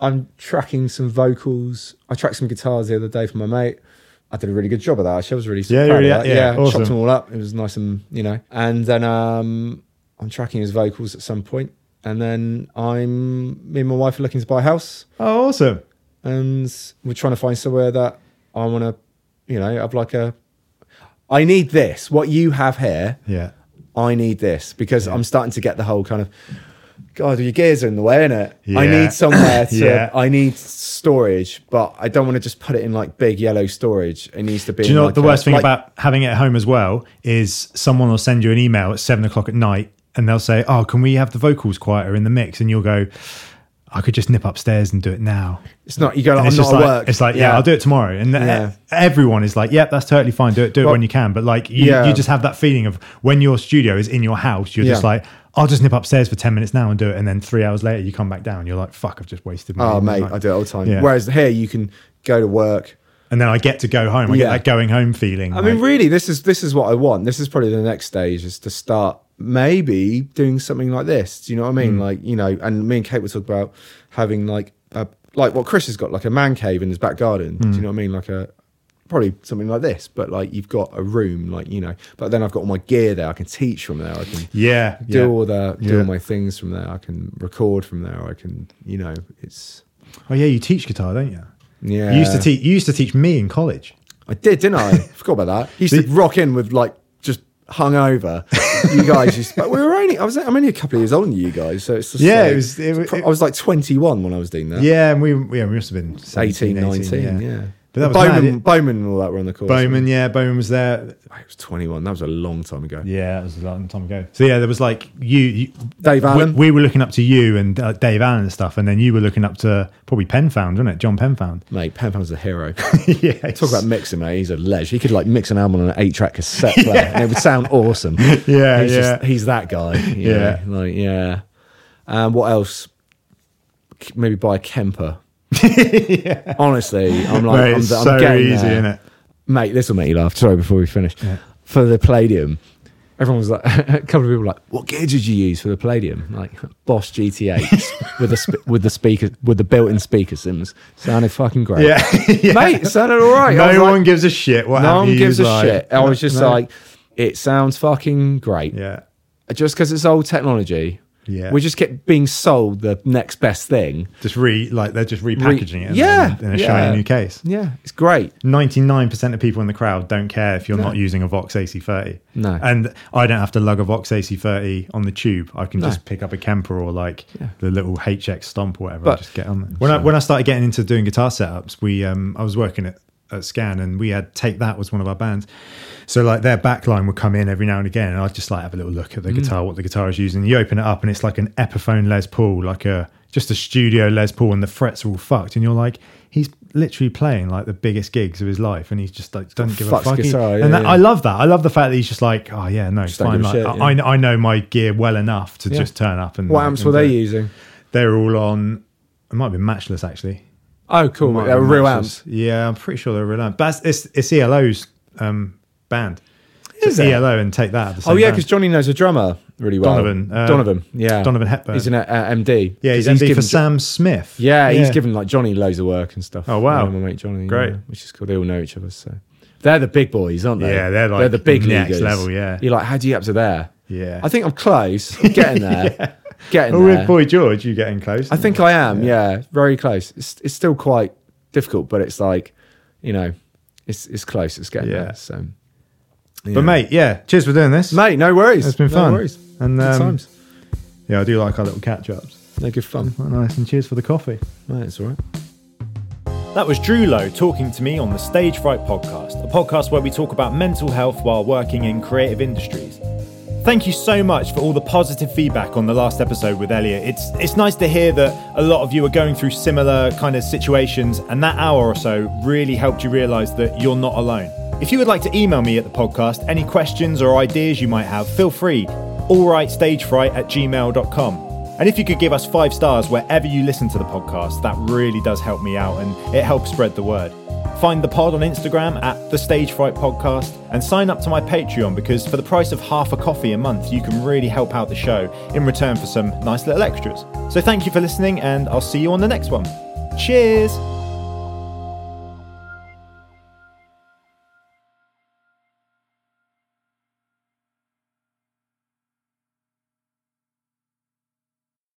Speaker 3: I'm tracking some vocals. I tracked some guitars the other day for my mate. I did a really good job of that. Actually, I was really
Speaker 2: Yeah, you
Speaker 3: proud of
Speaker 2: really-
Speaker 3: that.
Speaker 2: yeah, awesome.
Speaker 3: chopped them all up. It was nice and you know. And then um, I'm tracking his vocals at some point. And then I'm me and my wife are looking to buy a house,
Speaker 2: Oh, awesome!
Speaker 3: and we're trying to find somewhere that I want to, you know, have like a. I need this. What you have here.
Speaker 2: Yeah,
Speaker 3: I need this because I'm starting to get the whole kind of God, your gears are in the way, innit? I
Speaker 2: Yeah. <coughs>
Speaker 3: need somewhere to
Speaker 2: Yeah.
Speaker 3: I need storage, but I don't want to just put it in like big yellow storage. It needs to be
Speaker 2: do you know
Speaker 3: in,
Speaker 2: what
Speaker 3: like,
Speaker 2: the
Speaker 3: a-
Speaker 2: worst thing
Speaker 3: like-
Speaker 2: about having it at home as well is someone will send you an email at seven o'clock at night and they'll say, "Oh, can we have the vocals quieter in the mix?" And you'll go, "I could just nip upstairs and do it now."
Speaker 3: it's not you go
Speaker 2: And
Speaker 3: like, I'm
Speaker 2: it's
Speaker 3: Oh, not
Speaker 2: just
Speaker 3: at
Speaker 2: like
Speaker 3: work.
Speaker 2: it's like yeah. I'll do it tomorrow, and th-
Speaker 3: Yeah.
Speaker 2: everyone is like, "Yep, that's totally fine. Do it, do it
Speaker 3: Well,
Speaker 2: when you can." But like, you,
Speaker 3: yeah.
Speaker 2: you just have that feeling of when your studio is in your house, you're just
Speaker 3: Yeah.
Speaker 2: like, "I'll just nip upstairs for ten minutes now and do it," and then three hours later you come back down, you're like, "Fuck, I've just wasted." My
Speaker 3: Oh
Speaker 2: evening."
Speaker 3: mate,
Speaker 2: Like-
Speaker 3: I do it all the time.
Speaker 2: Yeah.
Speaker 3: Whereas here you can go to work.
Speaker 2: and then I get to go home. I get
Speaker 3: Yeah.
Speaker 2: that going home feeling.
Speaker 3: I mean, really, this is this is what I want. This is probably the next stage is to start maybe doing something like this. Do you know what I
Speaker 2: Hmm.
Speaker 3: mean? Like you know, and me and Kate were talking about having like a like what Chris has got, like a man cave in his back garden. Do
Speaker 2: Hmm.
Speaker 3: you know what I mean? Like a probably something like this, but like you've got a room, like you know. But then I've got all my gear there. I can teach from there. I can
Speaker 2: yeah,
Speaker 3: do
Speaker 2: yeah.
Speaker 3: all the do
Speaker 2: Yeah.
Speaker 3: all my things from there. I can record from there. I can you know, it's
Speaker 2: Oh yeah, you teach guitar, don't you?
Speaker 3: yeah.
Speaker 2: You used to teach. You used to teach me in college. <laughs>
Speaker 3: I did, didn't I? Forgot about that. He used to rock in with like just hung over, you guys used but we were only I was I'm only a couple of years older than you guys, so it's just
Speaker 2: Yeah,
Speaker 3: like-
Speaker 2: it was- it-
Speaker 3: it's pro-
Speaker 2: it-
Speaker 3: I was like 21 when I was doing that.
Speaker 2: Yeah, and we yeah we must have been 17,
Speaker 3: 18,
Speaker 2: 18,
Speaker 3: 19, yeah.
Speaker 2: But that was
Speaker 3: Bowman,
Speaker 2: mad.
Speaker 3: Bowman and all that were on the course.
Speaker 2: Bowman, yeah, Bowman was there.
Speaker 3: It was 21. That was a long time ago.
Speaker 2: Yeah, that was a long time ago. So yeah, there was like you, you
Speaker 3: Dave
Speaker 2: we-
Speaker 3: Allen.
Speaker 2: We, were looking up to you and uh, Dave Allen and stuff, and then you were looking up to probably Penfound, wasn't it? John
Speaker 3: <laughs>
Speaker 2: Penfound.
Speaker 3: Mate, Penfound's
Speaker 2: <laughs>
Speaker 3: a hero.
Speaker 2: yeah,
Speaker 3: Talk about mixing, mate. He's a ledge. He could like mix an album on an eight-track
Speaker 2: <laughs>
Speaker 3: cassette player, and it would sound awesome.
Speaker 2: Yeah,
Speaker 3: he's
Speaker 2: yeah.
Speaker 3: he's that guy. you
Speaker 2: Yeah.
Speaker 3: know, like yeah. Um, what else? K- Maybe buy
Speaker 2: <laughs>
Speaker 3: a Kemper. Honestly, I'm like,
Speaker 2: Mate,
Speaker 3: I'm,
Speaker 2: it's
Speaker 3: I'm
Speaker 2: so
Speaker 3: getting
Speaker 2: easy,
Speaker 3: there.
Speaker 2: isn't it?
Speaker 3: Mate, this will make you laugh. Sorry, before we finish, for the Palladium, everyone was like, <laughs> a couple of people were like, "What gear did you use for the Palladium?" Like Bosch
Speaker 2: <laughs>
Speaker 3: GT8 with the sp- with the speaker with the built-in speaker sims. Sounded fucking <laughs> great.
Speaker 2: Yeah, <laughs> yeah.
Speaker 3: Mate, it sounded all right. I was
Speaker 2: no
Speaker 3: like,
Speaker 2: one gives a shit. What
Speaker 3: no
Speaker 2: have
Speaker 3: one
Speaker 2: you
Speaker 3: gives a
Speaker 2: like-
Speaker 3: shit. I was just
Speaker 2: No.
Speaker 3: like, it sounds fucking great.
Speaker 2: yeah,
Speaker 3: Just because it's old technology,
Speaker 2: Yeah.
Speaker 3: we just kept being sold the next best thing.
Speaker 2: just re like they're just repackaging it.
Speaker 3: yeah,
Speaker 2: in, in a
Speaker 3: yeah.
Speaker 2: shiny new case.
Speaker 3: Yeah, it's great.
Speaker 2: Ninety nine percent of people in the crowd don't care if you're not using a Vox AC30.
Speaker 3: No.
Speaker 2: and I don't have to lug a Vox AC30 on the tube. I can just pick up a Kemper or like the little HX Stomp or whatever. and
Speaker 3: But-
Speaker 2: just get on there. When I when I started getting into doing guitar setups, we um I was working at at Scan and we had Take That was one of our bands. So like their backline would come in every now and again, and I'd just like have a little look at the guitar, what the guitar is using. You open it up, and it's like an Epiphone Les Paul, like a just a studio Les Paul, and the frets are all fucked. And you're like, he's literally playing like the biggest gigs of his life, and he's just like, don't give a
Speaker 3: fucks
Speaker 2: fuck. He-
Speaker 3: guitar, yeah,
Speaker 2: and that,
Speaker 3: yeah.
Speaker 2: I love that. I love the fact that he's just like, oh yeah, no,
Speaker 3: don't
Speaker 2: fine.
Speaker 3: give a
Speaker 2: Like,
Speaker 3: shit,
Speaker 2: I, I know my gear well enough to just turn up and.
Speaker 3: What amps were
Speaker 2: and
Speaker 3: they
Speaker 2: do it.
Speaker 3: using?
Speaker 2: They were all on. It might have been matchless actually.
Speaker 3: Oh, cool.
Speaker 2: Might
Speaker 3: They were
Speaker 2: have been
Speaker 3: real
Speaker 2: Matchless.
Speaker 3: amps.
Speaker 2: Yeah, I'm pretty sure they were real amps. But it's it's ELO's um, band. It's
Speaker 3: it?
Speaker 2: ELO and take that. At the same
Speaker 3: Oh, yeah,
Speaker 2: band.
Speaker 3: because Johnny knows a drummer really well.
Speaker 2: Donovan, uh,
Speaker 3: Donovan, yeah.
Speaker 2: Donovan Hepburn.
Speaker 3: He's an uh, uh, MD.
Speaker 2: yeah, he's,
Speaker 3: 'Cause
Speaker 2: MD for
Speaker 3: given Jo-
Speaker 2: Sam Smith.
Speaker 3: Yeah, he's given like Johnny loads of work and stuff.
Speaker 2: Oh, wow.
Speaker 3: Yeah, my mate Johnny.
Speaker 2: Great.
Speaker 3: yeah, which is cool. They all know each other, so they're the big boys, aren't they?
Speaker 2: Yeah, they're, like,
Speaker 3: the big
Speaker 2: next
Speaker 3: leaguers.
Speaker 2: level, yeah.
Speaker 3: you're like, how do you get up to there?
Speaker 2: Yeah.
Speaker 3: I think I'm close. I'm getting
Speaker 2: <laughs>
Speaker 3: there. Getting
Speaker 2: Well,
Speaker 3: there.
Speaker 2: with Boy George, you getting close.
Speaker 3: I think I am. Yeah. very close. It's it's still quite difficult, but it's like, you know, it's it's close. It's getting
Speaker 2: Yeah.
Speaker 3: there. So,
Speaker 2: But mate, yeah, cheers for doing this.
Speaker 3: mate, no worries.
Speaker 2: it's been
Speaker 3: no
Speaker 2: fun.
Speaker 3: Worries.
Speaker 2: And
Speaker 3: Good
Speaker 2: um,
Speaker 3: times.
Speaker 2: yeah, I do like our little catch ups.
Speaker 3: No
Speaker 2: <laughs>
Speaker 3: good fun.
Speaker 2: Nice and cheers for the coffee.
Speaker 3: Mate, it's all right.
Speaker 4: That was Drew Lowe talking to me on the Stage Fright podcast, a podcast where we talk about mental health while working in creative industries. Thank you so much for all the positive feedback on the last episode with Elliot. It's it's nice to hear that a lot of you are going through similar kind of situations and that hour or so really helped you realize that you're not alone. If you would like to email me at the podcast any questions or ideas you might have, feel free. Allrightstagefright at gmail.com. And if you could give us five stars wherever you listen to the podcast, that really does help me out and it helps spread the word. Find the pod on Instagram at the Stage Fright Podcast and sign up to my Patreon because for the price of half a coffee a month, you can really help out the show in return for some nice little extras. So thank you for listening and I'll see you on the next one. Cheers!